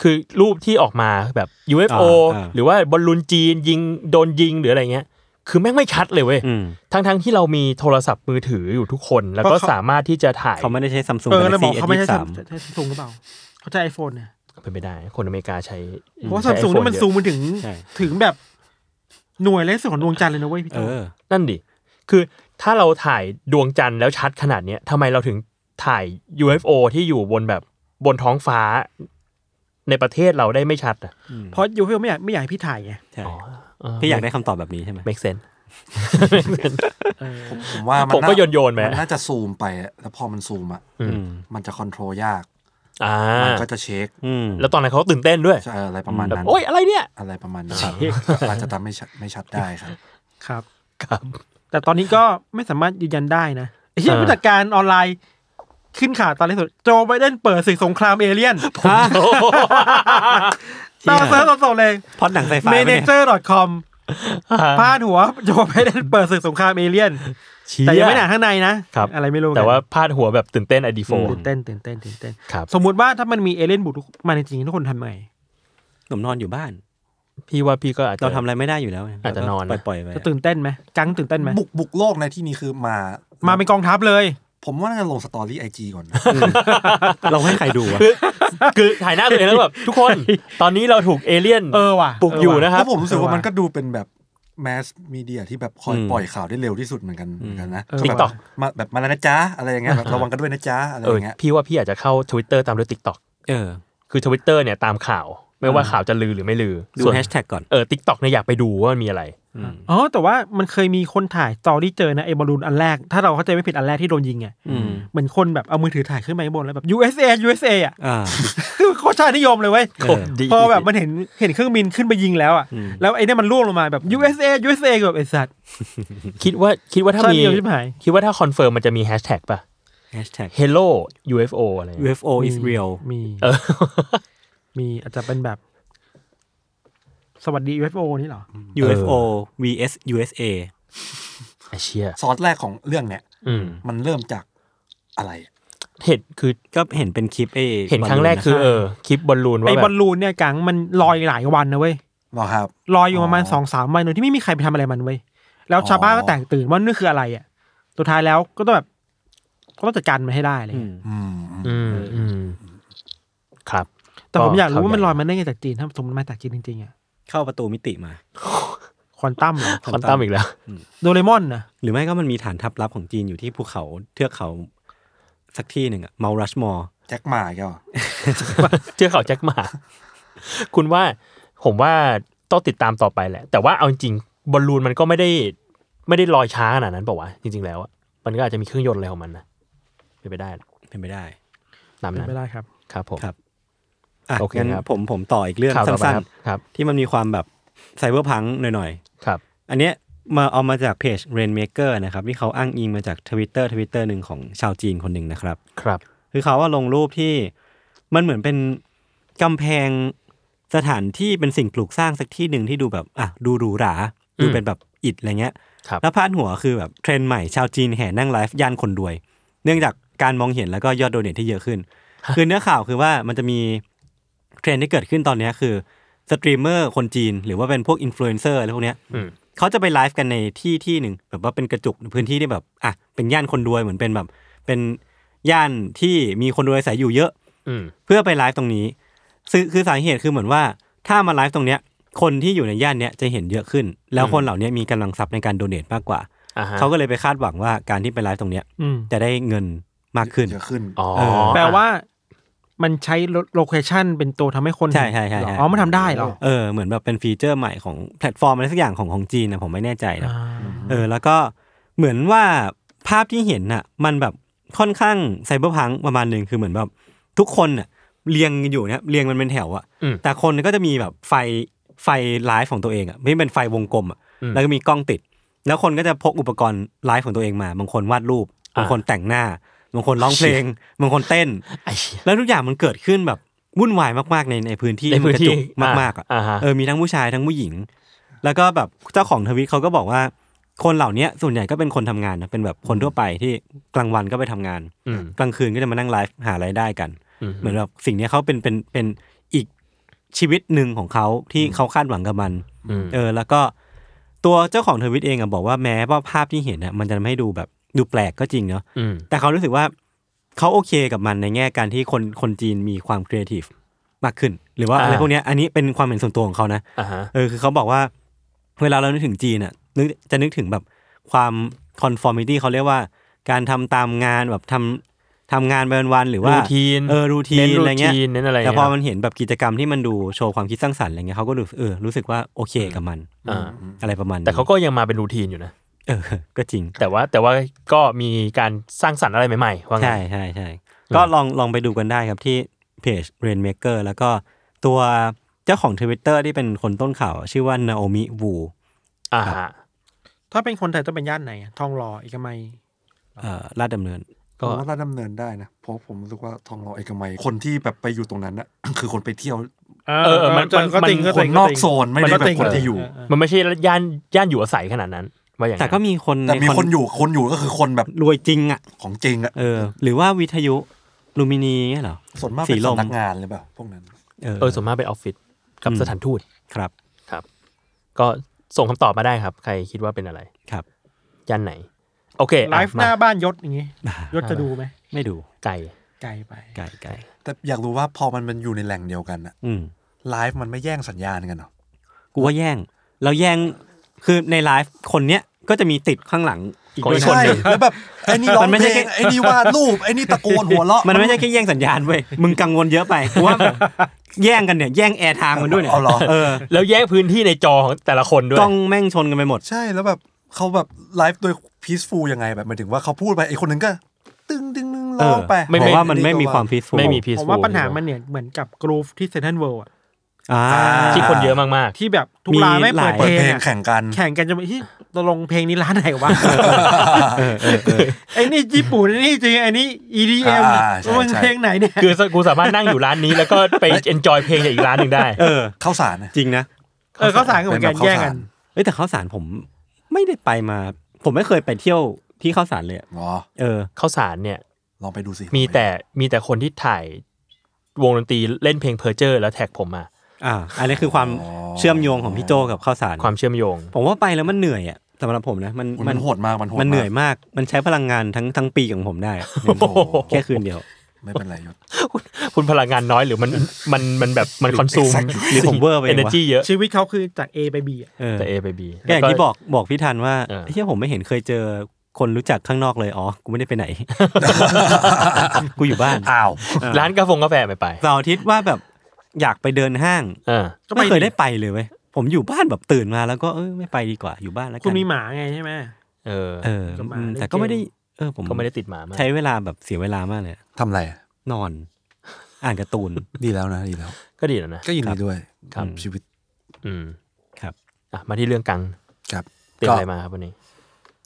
Speaker 3: คือรูปที่ออกมาแบบ UFO
Speaker 2: อ่าอ่า
Speaker 3: หรือว่าบอลลูนจีนยิงโดนยิงหรืออะไรเงี้ย คือแม่งไม่ชัดเลยเว้ย
Speaker 2: อืม
Speaker 3: ทั้งๆที่เรามีโทรศัพท์มือถืออยู่ทุกคน แล้วก็
Speaker 5: เพราะเขา
Speaker 3: สามารถที่จะถ่าย
Speaker 2: เขาไม่ได้ใช้ซัมซุง
Speaker 5: เอ
Speaker 2: แก
Speaker 5: อเรา
Speaker 2: ลา
Speaker 5: บอก
Speaker 2: ซี่เอ
Speaker 5: เขาไม่
Speaker 2: ส
Speaker 5: ใช่
Speaker 2: สาม
Speaker 5: ใช้ซัมซุงหรือเปล่าเขาใช้ไอโฟนเนี่ย
Speaker 3: เป็นไปได้ คนอเมริกาใช้
Speaker 5: เพราะ
Speaker 3: ใช้
Speaker 5: ซัมซุงนี่
Speaker 3: iPhone
Speaker 5: มัน
Speaker 3: เยอะ
Speaker 5: ซูมมันถึง
Speaker 2: ใช่
Speaker 5: ถึงแบบหน่วยเลนส์ของดวงจันทร์เลยนะเว้ยพี่
Speaker 2: เอ
Speaker 5: โจ้
Speaker 2: อ
Speaker 3: นั่นดิ คือถ้าเราถ่ายดวงจันทร์แล้วชัดขนาดเนี้ยทำไมเราถึงถ่าย UFO ที่อยู่บนแบบบนท้องฟ้า ในประเทศเราได้ไม่ชัดอ่ะ
Speaker 5: เพราะยูเฟลไม่อยากไม่อยากให้พี่ถ่ายไง
Speaker 2: ใช่พี่อยากได้คำตอบแบบนี้ใช่ไหม
Speaker 3: เมกเซน
Speaker 6: ผมว่า
Speaker 3: ผมก็
Speaker 6: า
Speaker 3: โยนโยนไป
Speaker 6: มันน่าจะซูมไปอะแล้วพอมันซูมอ่ะ
Speaker 3: อืม
Speaker 6: มันจะคอนโทรลยาก
Speaker 3: อ่า
Speaker 6: มันก็จะเช็ค
Speaker 2: อืม
Speaker 3: แล้วตอนนั้นเขาก็ตื่นเต้นด้วย
Speaker 6: ใช่อะไรประมาณ
Speaker 3: แบบ
Speaker 6: นั้น
Speaker 3: โอ๊ยอะไรเนี่ย
Speaker 6: อะไรประมาณนั้นอาจจะทำไม่ชัดไม่ชัดได้ครับ
Speaker 5: ครับ
Speaker 3: ครับ
Speaker 5: แต่ตอนนี้ก็ไม่สามารถยืนยันได้นะไอ้เหี้ย
Speaker 3: เออ
Speaker 5: ผู้จัดการออนไลน์ขึ้นข่าวตอนล่าสุดโจไบเดนเปิดศึกสงครามเอเลี่ยนตามเซิร์ชสดๆเลย
Speaker 2: พล็อดหนังไซไฟปะ
Speaker 5: m a
Speaker 2: เนี่
Speaker 5: n a
Speaker 2: ย
Speaker 5: g e r c o m พาดหัวโจไบเดนเปิดศึกสงครามเอเลี่ยน แต่ยังไม่หนาข้างในนะครับ อะไรไม่รู้
Speaker 3: แต่ว่าพาดหัวแบบตื่นเต้นอดีโฟ
Speaker 5: ตื่นเต้นตื่นเต้นตื่นเต้น
Speaker 3: ครับ
Speaker 5: สมมุติว่าถ้ามันมีเอเลี่ยนบุกมาจริงๆทุกคนทำไง
Speaker 2: หนุ่มนอนอยู่บ้าน
Speaker 3: พี่ว่าพี่ก็อาจจะ
Speaker 2: เราทำอะไรไม่ได้อยู่แล้วไง
Speaker 3: อาจจะนอนนะ
Speaker 2: เราก็ปล่อยๆไป
Speaker 5: จะตื่นเต้นไหมกังตื่นเต้นไหม
Speaker 6: บุกบุกโลกในที่นี้คือมา
Speaker 5: มา
Speaker 6: มา
Speaker 5: เป็นกองทัพเลย
Speaker 6: ผมว่าน่าจะลงสตอรี่ไอจีก่อนนะ
Speaker 2: เราให้ใครดูวะ
Speaker 3: คือคือถ่ายหน้าตัวเองแล้วแบบทุกคน ตอนนี้เราถูกเอเลี่ยน
Speaker 5: เออว่ะ
Speaker 3: ปลุกอยู่นะค
Speaker 6: เพ
Speaker 3: รับ
Speaker 6: ราะผมรู้สึกว่ามันก็ดูเป็นแบบ แมสมีเดียที่แบบคอย
Speaker 2: อืม
Speaker 6: ปล่อยข่าวได้เร็วที่สุดเหมือนกันเห
Speaker 2: อืม
Speaker 6: มือนกันนะ
Speaker 5: เออ
Speaker 6: ก็แบบ
Speaker 3: TikTok
Speaker 6: มาแบบมาแล้วนะจ๊ะอะไรอย่างเงี้ยแบบระวังกันด้วยนะจ๊ะอะไร
Speaker 3: เอ
Speaker 6: อ
Speaker 3: อย่าง
Speaker 6: เงี้ย
Speaker 3: พี่ว่าพี่อาจจะเข้า Twitter ตามด้วย TikTok
Speaker 2: เออ
Speaker 3: คือ Twitter เนี่ยตามข่าว ไม่ว่าข่าวจะลือหรือไม่ลือ
Speaker 2: ดู
Speaker 3: ส่วน
Speaker 2: แฮชแท็กก่อน
Speaker 3: เออ TikTok เนี่ยอยากไปดูว่ามันมีอะไร
Speaker 2: อืม
Speaker 5: อ๋อแต่ว่ามันเคยมีคนถ่ายตอรี่เจอนะไอ้บอลลูนอันแรก ถ้าเราเข้าใจไม่ผิดอันแรกที่โดนยิงอ่ะ
Speaker 2: อืม
Speaker 5: เหมือนคนแบบเอามือถือถ่ายขึ้นไปข้างบนแล้วแบบ USA USA อ่ะ *laughs*
Speaker 2: อ่า
Speaker 5: โคตรชาตินิยมเลยเว้ย
Speaker 2: เออดี
Speaker 5: พอแบบมันเห็นเห็นเครื่องบินขึ้นไปยิงแล้วอ่ะ
Speaker 2: อืม
Speaker 5: แล้วไอ้เนี่ยมันล่วงลงมาแบบ USA USA กับไอ้สัตว์
Speaker 3: คิดว่าคิดว่าถ้า
Speaker 5: ชาติ
Speaker 3: มี
Speaker 5: นิยมชิบหาย
Speaker 3: คิดว่าถ้าคอนเฟิร์มมันจะมีแฮชแท็กป่ะ
Speaker 2: แฮชแท็ก
Speaker 3: Hello UFO อะไรอย่างเงี้ย
Speaker 2: UFO is real
Speaker 5: มี
Speaker 3: เออ
Speaker 5: มีอาจจะเป็นแบบ สวัสดี UFO นี่เหรอ
Speaker 2: UFO vs USA
Speaker 3: ไอเชีย
Speaker 6: ซอสแรกของเรื่องเนี่ย
Speaker 3: อืม
Speaker 6: มันเริ่มจากอะไรอะ
Speaker 3: เห็นคือ
Speaker 2: ก็เห็นเป็นคลิปไอ้
Speaker 3: เห็นครั้งแรกคือเออคลิปบอลลูนว่า
Speaker 5: ไอ้
Speaker 3: แบบ
Speaker 5: บอลลูนเนี่ยกังมันลอยหลายวันนะเว้ย
Speaker 6: หรอครับ
Speaker 5: ลอยอยู่ประมาณ
Speaker 6: อ๋อ
Speaker 5: สองสามวันโดยที่ไม่มีใครไปทำอะไรมันเว้ยแล้วชาวบ้าน
Speaker 6: อ๋อ
Speaker 5: ก็แตกตื่นว่านี่คืออะไรอ่ะสุดท้ายแล้วก็ต้องแบบก็ต้องจัดการมันให้ได้เลย
Speaker 2: อืม
Speaker 6: อืม
Speaker 3: อืมอืมครับ
Speaker 5: แต่ผมอยากรู้ว่ามัน
Speaker 3: ก็
Speaker 5: ล
Speaker 3: เข้าใจ
Speaker 5: อยมาได้ไงจากจีนถ้าสมมติมาจากจีนจริงๆอ่ะ
Speaker 2: เข้าประตูมิติมา
Speaker 5: ควอนตัมเหรอ
Speaker 3: คอนตัมอีกแล้ว
Speaker 5: โดเรมอนนะ
Speaker 2: หรือไม่ก็มันมีฐานทัพลับของจีนอยู่ที่ภูเขาเทือกเขา สักที่หนึ่งอะเมารัชมอ
Speaker 6: แจ็คหมาอีก็
Speaker 3: *laughs* เจอเขาแจ็คหมา คุณว่าผมว่าต้องติดตามต่อไปแหละ แต่ว่าเอาจริงๆบอลลูนมันก็ไม่ได้ไม่ได้ลอยช้าขนาดนั้นเปล่าวะจริง ๆ แล้วอะมันก็อาจจะมีเครื่องยนต์อะไรของมันนะเป็นไปได้แหละ
Speaker 2: เป็นไปได้
Speaker 3: ตาม
Speaker 5: เป็น
Speaker 3: นั้น
Speaker 5: ไม่ได้ครับ
Speaker 3: ครับผม
Speaker 2: ครับ อ่ะ
Speaker 3: โอเค
Speaker 2: งั้น
Speaker 3: ครับ
Speaker 2: ผมผมต่ออีกเรื่อง
Speaker 3: ข่าวต่อไป
Speaker 2: สั้น
Speaker 3: ครับครับ
Speaker 2: ๆ ที่มันมีความแบบไซเบอร์พังหน่อย
Speaker 3: ครับ
Speaker 2: ๆ อันเนี้ยมาเอามาจากเพจ Rainmaker นะครับ ที่เขาอ้างอิงมาจากทวิตเตอร์ทวิตเตอร์หนึ่งของชาวจีนคนหนึ่งนะครับ
Speaker 3: ครับ
Speaker 2: คือเขาว่าลงรูปที่มันเหมือนเป็นกำแพงสถานที่เป็นสิ่งปลูกสร้างสักที่หนึ่งที่ดูแบบอ่ะดูหรูหรา ดู
Speaker 3: อืม
Speaker 2: เป็นแบบอิฐอะไรเงี้ย
Speaker 3: ครับ
Speaker 2: แล้วพาดหัวคือแบบเทรนด์ใหม่ชาวจีนแห่นั่งไลฟ์ย่านคนรวย เนื่องจากการมองเห็นแล้วก็ยอดโดเนทที่เยอะขึ้น คือเนื้อข่าวคือว่ามันจะมีเทรนด์ที่เกิดขึ้นตอนเนี้ยคือสตรีมเมอร์คนจีน หรือว่าเป็นพวกอินฟลูเอนเซอร์อะไรพวกเนี้ย
Speaker 3: อืม
Speaker 2: เขาจะไปไลฟ์กันในที่ที่หนึ่งแบบว่าเป็นกระจุกพื้นที่ที่แบบอ่ะเป็นย่านคนรวยเหมือนเป็นแบบเป็น ย่านที่มีคนรวยอาศัยอยู่เยอะ
Speaker 3: อืม
Speaker 2: เพื่อไปไลฟ์ตรงนี้ซึ่งคือสาเหตุคือเหมือนว่า ถ้ามาไลฟ์ตรงเนี้ย คนที่อยู่ในย่านเนี้ยจะเห็นเยอะขึ้น แล้วคนเหล่าเนี้ยมีกำลังทรัพย์ในการโดเนทมากกว่า
Speaker 3: อ่าฮะ
Speaker 2: เขาก็เลยไปคาดหวังว่าการที่ไปไลฟ์ตรงเนี้ย
Speaker 5: อืม
Speaker 2: จะได้เงินมากขึ้น
Speaker 6: เยอะขึ้น
Speaker 3: อ๋อ
Speaker 2: เออ
Speaker 5: แปลว่า มันใช้โลเคชันเป็นตัวทำให้คน
Speaker 2: ใช่ใช่ใช่
Speaker 5: เหรอ
Speaker 2: ใช่
Speaker 5: อ๋อมันทำได้เหรอ
Speaker 2: เออเหมือนแบบเป็นฟีเจอร์ใหม่ของแพลตฟอร์มอะไรสักอย่างของของจีนนะผมไม่แน่ใจนะ
Speaker 5: อ่า
Speaker 2: เออแล้วก็เหมือนว่าภาพที่เห็นน่ะ มันแบบค่อนข้างไซเบอร์พังประมาณหนึ่งคือเหมือนแบบทุกคนน่ะเรียงกันอยู่นะครับเรียงมันเป็นแถวอะ
Speaker 3: อืม
Speaker 2: แต่คนก็จะมีแบบไฟไฟไลฟ์ของตัวเองอะไม่เป็นไฟวงกลมอะ
Speaker 3: อืม
Speaker 2: แล้วก็มีกล้องติด แล้วคนก็จะพกอุปกรณ์ไลฟ์ของตัวเองมาบางคนวาดรูป
Speaker 3: อ่า
Speaker 2: บางคนแต่งหน้าบางคนร้องเพลงบางคนเต้น
Speaker 3: ไอเชี่ย
Speaker 2: แล้วทุกอย่างมันเกิดขึ้นแบบวุ่นวายมากๆในในพื้นที่
Speaker 3: ใน
Speaker 2: มั
Speaker 3: พื้น
Speaker 2: กระ
Speaker 3: ที่
Speaker 2: จุกมากๆอะ
Speaker 3: อ่าฮะ
Speaker 2: เออมีทั้งผู้ชายทั้งผู้หญิง แล้วก็แบบเจ้าของทวิตเขาก็บอกว่า คนเหล่าเนี้ยส่วนใหญ่ก็เป็นคนทำงานนะเป็นแบบคนทั่วไปที่กลางวันก็ไปทำงาน
Speaker 3: อืม
Speaker 2: กลางคืนก็จะมานั่งไลฟ์หารายได้กัน
Speaker 3: อืม
Speaker 2: เหมือนแบบสิ่งเนี้ยเขาเป็นเป็นเป็นอีกชีวิตหนึ่งของเขาที่เขาคาดหวังกับมัน
Speaker 3: อืม
Speaker 2: เออแล้วก็ตัวเจ้าของทวิตเองอะบอกว่าแม้ว่าภาพที่เห็นอะมันจะทำให้ดูแบบดูแปลกก็จริงเนาะ
Speaker 3: อืม
Speaker 2: แต่เขารู้สึกว่าเขาโอเคกับมันในแง่การที่คนคนจีนมีความครีเอทีฟมากขึ้น หรือว่า
Speaker 3: อ่า
Speaker 2: อะไรพวกเนี้ยอันนี้เป็นความเห็นส่วนตัวของเขานะ
Speaker 3: อ่าฮะ
Speaker 2: เออคือเขาบอกว่า เวลาเรานึกถึงจีนอ่ะนึกจะนึกถึงแบบความคอนฟอร์มิตี้เขาเรียกว่า การทำตามงานแบบทำทำงานไปวันๆหรือว่า
Speaker 3: รูทีน
Speaker 2: เออรูที
Speaker 3: เน้น
Speaker 2: น
Speaker 3: รู
Speaker 2: อะไรเงี้ย
Speaker 3: ทีนเน้นอะไร
Speaker 2: แต่
Speaker 3: เงี้ย
Speaker 2: พอมันเห็นแบบกิจกรรมที่มันดูโชว์ความคิดสร้างสรรค์อะไรเงี้ยเขาก็รู้สึกเออรู้สึกว่าโอเคกับมัน
Speaker 3: อ่า
Speaker 2: อะไรประมาณนี้
Speaker 3: แต่เขาก็ยังมาเป็นรูทีนอยู่นะ
Speaker 2: เออก็จริง
Speaker 3: แต่ว่าแต่ว่าก็มีการสร้างสรรค์อะไรใหม่ๆว่าไง
Speaker 2: ใช่ใช่ใช่ก็ลองลองไปดูกันได้ครับที่เพจ Rainmaker แล้วก็ตัวเจ้าของ Twitter ที่เป็นคนต้นข่าว ชื่อว่า Naomi Wu
Speaker 3: อ่าฮะ
Speaker 5: ถ้าเป็นคนไทยต้องเป็นย่านไหนอะทองหล่อเอกมัย
Speaker 2: เอ่อลาดดำเนิน
Speaker 3: ก็
Speaker 6: ผมว่าราชดำเนินได้นะเพราะผมรู้สึกว่าทองหล่อเอกมัยคนที่แบบไปอยู่ตรงนั้นน่ะ *coughs* คือคนไปเที่ยว
Speaker 5: เอ
Speaker 3: อเออมันมันมัน
Speaker 6: คนนอกโซนไม่ได้
Speaker 3: มันก็
Speaker 6: แบ
Speaker 3: ติ่
Speaker 6: บ
Speaker 3: ง
Speaker 6: คนที่อยู่
Speaker 3: มันไม่ใช่ย่านย่านอยู่อาศัยขนาดนั้นว่าอย่าง
Speaker 2: แต่
Speaker 3: นั้น
Speaker 2: ก็มีคน
Speaker 6: แต่มี
Speaker 2: ใ
Speaker 6: คนอยู่คนอยู่ก็คือคนแบบ
Speaker 2: รวยจริงอ่ะ
Speaker 6: ของจริงอะ
Speaker 2: เออ หรือว่าวิทยุลูมินีเงี้ยเหรอ
Speaker 6: ส่วนมาก
Speaker 2: สี
Speaker 6: เป็น
Speaker 2: ลม
Speaker 6: สำนักงานเลยเปล่าพวกนั้น
Speaker 2: เออ
Speaker 3: เออส่วนมากเป็นออฟฟิศกับสถานทูต
Speaker 2: ครับ
Speaker 3: ก็ส่งคำตอบมาได้ครับ ใครคิดว่าเป็นอะไร
Speaker 2: ครับ *laughs*
Speaker 3: ย่านไหน โอเค
Speaker 5: ไลฟ์หน้า
Speaker 3: มา
Speaker 5: บ้านยศอย่างงี้ยศจะดูไหม
Speaker 2: ไม่ดู
Speaker 3: ไก่
Speaker 5: ไกลไป
Speaker 2: ไก่ไก่
Speaker 6: แต่อยากรู้ว่าพอมันมันอยู่ในแหล่งเดียวกันอะ
Speaker 2: อืม
Speaker 6: ไลฟ์มันไม่แย่งสัญญาณกันเหรอ
Speaker 2: กูว่าแย่ง เราแย่ง คือในไลฟ์คนเนี้ยก็จะมีติดข้างหลังอีก
Speaker 3: ของ
Speaker 2: ด้วย
Speaker 3: อีก
Speaker 2: คน
Speaker 4: ใช่
Speaker 2: หนึ่ง
Speaker 4: แล้วแบบไอ้นี่ร้อ
Speaker 2: มั
Speaker 4: ง
Speaker 2: นไม่
Speaker 4: เพ
Speaker 2: ใช่
Speaker 4: ลง
Speaker 2: แค่
Speaker 4: ไอ้นี่วาดรูปไอ้นี่ตะโกนหัวเราะ
Speaker 2: มันไม่ใช่แค่แย่งสัญญาณเว้ยมึงกังวลเยอะไปกูว่าแย่งกันเนี่ยแย่งแอร์ไทม์กันด้วยเนี่ย
Speaker 4: เอาเหรอ
Speaker 2: เออ
Speaker 3: แล้วแยกพื้นที่ในจอของแต่ละคนด้วย
Speaker 2: กล้องแม่งชนกันไปหมด
Speaker 4: ใช่แล้วแบบเขาแบบไลฟ์โดยพีซฟูลยังไงแบบหมายถึงว่าเขาพูดไปไอ้คนหนึงก็ ตึ้งดึงดึงร้องไป
Speaker 2: ไม่เพ
Speaker 3: ไม่
Speaker 2: ราะว่ามันไม่มีความพีซฟู
Speaker 3: ไม่มีพีซ
Speaker 5: ผมว่าปัญหามันเนี่ยเหมือนกับกรูฟที่เซนทันเวิลด์อะ
Speaker 2: อ่า
Speaker 3: ที่คนเยอะมาก
Speaker 5: ที่แบบทุก
Speaker 2: มี
Speaker 5: ร้านไม่เปิด
Speaker 2: ห
Speaker 5: เพ
Speaker 2: ลา
Speaker 5: ล
Speaker 2: ย
Speaker 5: ง
Speaker 4: เพลง
Speaker 5: อะ
Speaker 4: แข่งกัน
Speaker 5: แข่งกันจะไปที่ตกลงเพลงนี้ร้านไหนวะ *laughs*
Speaker 2: เออเออเออ
Speaker 5: ไอ้นี่ญี่ปุ่นไอ้นี่จริงไอ้นี่ EDM
Speaker 4: อ่าใช่
Speaker 5: มัน
Speaker 4: ใช่
Speaker 5: เพลงไหนเนี่ย
Speaker 3: ๆ คือกูสามารถนั่งอยู่ร้านนี้ แล้วก็
Speaker 2: *laughs*
Speaker 3: ไป enjoy เพลงจากอีกร้านหนึ่งได้
Speaker 2: เออ
Speaker 4: ข้าวสารนะ
Speaker 2: จริงนะ
Speaker 5: เออเขาสารกันเหมือนกัน
Speaker 4: เป็บบ
Speaker 5: แย่งกัน
Speaker 2: เอ้ยแต่ข้าวสารผมไม่ได้ไปมา ผมไม่เคยไปเที่ยวที่ข้าวสารเลยอะ
Speaker 4: ข้าวสารอ๋อ
Speaker 2: เออ
Speaker 3: เข้าวสารเนี่ย
Speaker 4: ลองไปดูสิ
Speaker 3: มีแต่มีแต่คนที่ถ่ายวงดนตรีเล่นเพลงเพอร์เจอร์ แล้วแท็กผมมา
Speaker 2: อ่า อันนี้คือความเชื่อมโยงของพี่โจกับข้าวสาร
Speaker 3: ความเชื่อมโยง
Speaker 2: ผมว่าไปแล้วมันเหนื่อยอ่ะสำหรับผมนะมัน
Speaker 4: อุ๊ยมันโหดมากมันโหด
Speaker 2: มันเหนื่อย
Speaker 4: าก
Speaker 2: มากมันใช้พลังงานทั้งทั้งปีของผมได้อะ
Speaker 4: โอ้โห
Speaker 2: แค่คืนเดียว
Speaker 4: ไม่เป็นไรยศ
Speaker 3: คุณพลังงานน้อยหรือมันมันมันแบบมันคอนซูม
Speaker 4: exact
Speaker 2: หรือผมเวอร์ไปเองวะ
Speaker 3: เอเนจีเยอะ
Speaker 5: ชีวิตเขาคือจาก A ไป B อะ
Speaker 2: เออ
Speaker 3: แต่ A ไป B
Speaker 2: ก็อย่างที่บอกบอกพี่ทันว่า
Speaker 3: เออ
Speaker 2: เฮียผมไม่เห็นเคยเจอคนรู้จักข้างนอกเลยอ๋อกูไม่ได้ไปไหน กูอยู่บ้าน
Speaker 4: อ้าว
Speaker 3: ร้านกาแฟงกาแฟไม่ไป
Speaker 2: เสาร์อาทิตย์ว่าแบบอยากไปเดินห้าง
Speaker 3: เออ
Speaker 5: ก็
Speaker 2: ไม่เคย
Speaker 5: ดิ
Speaker 2: ได้ไปเลยเว้ยผมอยู่บ้านแบบตื่นมาแล้วก็เออไม่ไปดีกว่าอยู่บ้านแล้วกั
Speaker 5: คุณมีหมาไงใช่ไหม
Speaker 3: เออ
Speaker 2: เออ
Speaker 5: กับหมา
Speaker 2: อืม
Speaker 5: เล่น
Speaker 2: แต่ก็ไม่ได้ เออผม
Speaker 3: ก็ไม่ได้ติดหมามาก
Speaker 2: ใช้เวลาแบบเสียเวลามากเลยอะ
Speaker 4: ทำอะไรอะ
Speaker 2: นอน *laughs* อ่านการ์ตูน
Speaker 4: ดีแล้วนะดีแล้ว
Speaker 3: ก็ดีแล้วนะ
Speaker 4: ก็ยินดีด้วย
Speaker 3: ครับ
Speaker 4: ชีวิต
Speaker 3: อืม
Speaker 2: ครับ
Speaker 3: อ่ะมาที่เรื่องกัง
Speaker 4: ครับ
Speaker 3: เตรียม
Speaker 4: ก็
Speaker 3: อะไรมาครับวันนี้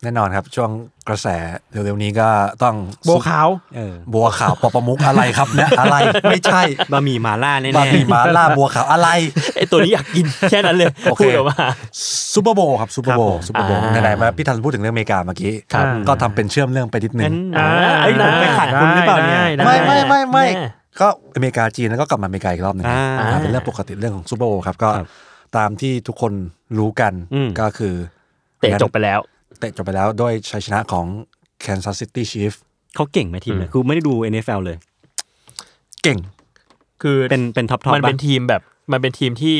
Speaker 4: แน่นอนครับ ช่วงกระแสเร็วๆนี้ก็ต้อง
Speaker 5: โบขาว
Speaker 2: เออ
Speaker 4: บัวขาวปอประมุกอะไรครับเนี่ยอะไรไม่ใช่
Speaker 2: บะหมี่หมาล่าแน่
Speaker 4: บะหมี่
Speaker 2: ๆ
Speaker 4: หมาล่าบัวขาวอะไร
Speaker 3: ไอตัวนี้อยากกิน แค่นั้นเลย
Speaker 4: โอเค
Speaker 3: พูดออกมา
Speaker 4: ซูเปอร์โบว์ครับซูเปอร์โบว์ซูเปอร์โบว์
Speaker 3: อ่า
Speaker 4: ไหนๆมาพี่ทันพูดถึงเรื่องอเมริกาเมื่อกี้
Speaker 5: ครับ
Speaker 4: ก็ทำเป็นเชื่อมเรื่องไปนิดนึ
Speaker 2: งั้
Speaker 4: ง
Speaker 2: น
Speaker 3: อ่า
Speaker 2: เอ้ยผมไปขัดคุณหรือเปล่าเนี่ย
Speaker 5: ได้ด้
Speaker 4: ไม่ไม่ไม่ไม่
Speaker 3: แน่
Speaker 4: ก็อเมริกาจีนแล้วก็กลับมาอเมริกาอีกรอบหนึงค
Speaker 2: อ่า
Speaker 4: รับอ่าเป็นเรื่องปกติเรื่องของซูเปอร์โบว์ครับก็
Speaker 2: ครับ
Speaker 4: ตามที่ทุกคนรู้กัน
Speaker 2: อืม
Speaker 4: ก็คือ
Speaker 3: เตะจบไปแล้ว
Speaker 4: เตะจบไปแล้วด้วยชัยชนะของ Kansas City Chiefs
Speaker 2: เขาเก่งไหมทีมเนี่ย
Speaker 3: อืม
Speaker 2: คือไม่ได้ดู NFL เลย
Speaker 4: เก่ง
Speaker 3: คือ
Speaker 2: เป็นเป็นท็อปท็อป
Speaker 3: มันเป็นทีมแบบมันเป็นทีมที่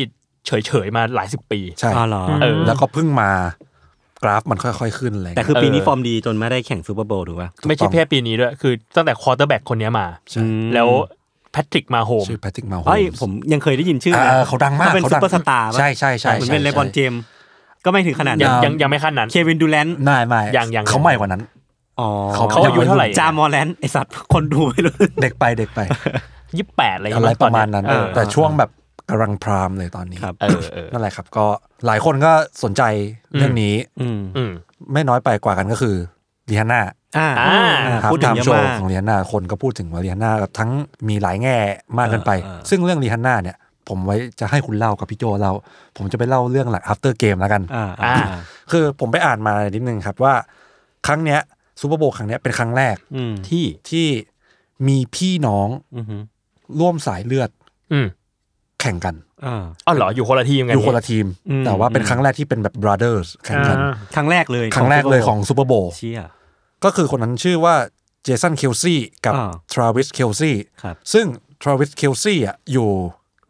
Speaker 3: เฉยเฉยๆมาหลายสิบปี
Speaker 4: ใช่
Speaker 2: อ๋อเหรอ
Speaker 3: เออ
Speaker 4: แล้วก็เพิ่งมากราฟมันค่อยๆขึ้นอะไรอย่าง
Speaker 2: แต่
Speaker 4: เลย
Speaker 2: คือปีนี้
Speaker 3: เออ
Speaker 2: ฟอร์มดีจนมาได้แข่งซูเปอร์โบว์ถูกป่ะ
Speaker 4: ถูกต้อง
Speaker 3: ไม่ใช่แค่ปีนี้ด้วย คือตั้งแต่ควอเตอร์แบ็กคนเนี้ยมา
Speaker 4: ใช่
Speaker 3: แล้วแพทริกมาโฮม
Speaker 4: ชื่อแพทริกมาโฮ
Speaker 2: เอ้ยผมยังเคยได้ยินชื่อนะ
Speaker 4: เขาดังมาก
Speaker 2: เป็น
Speaker 4: ข
Speaker 2: ซู
Speaker 4: ดัง
Speaker 2: เปอร์สตาร์ป่ะ
Speaker 4: ใช่ใช่ใช่
Speaker 2: เหมือนเป็นเล
Speaker 4: ใช่
Speaker 2: บอนเจมก็ไม่ถึงขนาด
Speaker 3: ยั
Speaker 2: นั้
Speaker 3: ง
Speaker 2: น
Speaker 3: ยังยังไม่ขั้นนั้น
Speaker 2: เควินดูแลน
Speaker 4: ไม่ไม่
Speaker 3: ยังยัง
Speaker 4: เขาใหม่กว่านั้น
Speaker 2: อ๋อ
Speaker 4: เขา
Speaker 3: เขาอายุเท่าไหร่
Speaker 2: จามอแลนด์ไอสัตว์คนดูไม่รู้
Speaker 4: เด็กไปเด็กไป
Speaker 3: ยี่สิบแปดอะไรอย่ง
Speaker 4: อะไร
Speaker 3: เงี้ย
Speaker 4: ประมาณนั้น
Speaker 3: ตอเยเออ
Speaker 4: แต่ช่วงแบบกำลังพรามเลยตอนนี้
Speaker 2: ครับ
Speaker 3: เออเออ
Speaker 4: นั่นแหละครับ ก็หลายคนก็สนใจเรื่องนี้
Speaker 2: อืม
Speaker 3: อืม
Speaker 4: ไม่น้อยไปกว่ากันก็คือลีฮาน่า
Speaker 2: อ่า
Speaker 3: อ่า
Speaker 4: ครับ
Speaker 2: พูดถึ
Speaker 4: ทาง ม
Speaker 2: เยอะ
Speaker 4: โช
Speaker 2: มา
Speaker 4: ว์
Speaker 2: ก
Speaker 4: ของลีฮาน่าคนก็พูดถึงว่าลีฮาน่าแบบทั้งมีหลายแง่มากเกินไป
Speaker 2: เออเออ
Speaker 4: ซึ่งเรื่องลีฮาน่าเนี่ย ผมไว้จะให้คุณเล่ากับพี่โจเล่าผมจะไปเล่าเรื่องหลัง after game แล้วกัน
Speaker 2: อ่าอ่า
Speaker 4: คือผมไปอ่านมานิดนึงครับว่าครั้งเนี้ยซูเปอร์โบว์ครั้งเนี้ยเป็นครั้งแรก
Speaker 2: อืม
Speaker 3: ที่
Speaker 4: ที่มีพี่น้อง
Speaker 2: อือหือ
Speaker 4: ร่วมสายเลือด
Speaker 3: อืม
Speaker 4: แข่งกัน
Speaker 2: อ่า
Speaker 3: อ๋อเหรออยู่คนละทีมกัน
Speaker 4: อยู่คนละทีม
Speaker 2: อืม
Speaker 4: แต่ว่าเป็นครั้งแรกที่เป็นแบบ brothers แข่งกัน
Speaker 5: อ่า
Speaker 2: ครั้งแรกเลย
Speaker 4: ครั้งแรกเลยของซูเปอร์โบว์
Speaker 2: เชีย
Speaker 4: ก็คือคนนั้นชื่อว่าเจสันเคลซี่กับ
Speaker 2: อ่า
Speaker 4: ทราวิสเคลซี่
Speaker 2: ครับ
Speaker 4: ซึ่งทราวิสเคลซี่อ่ะอยู่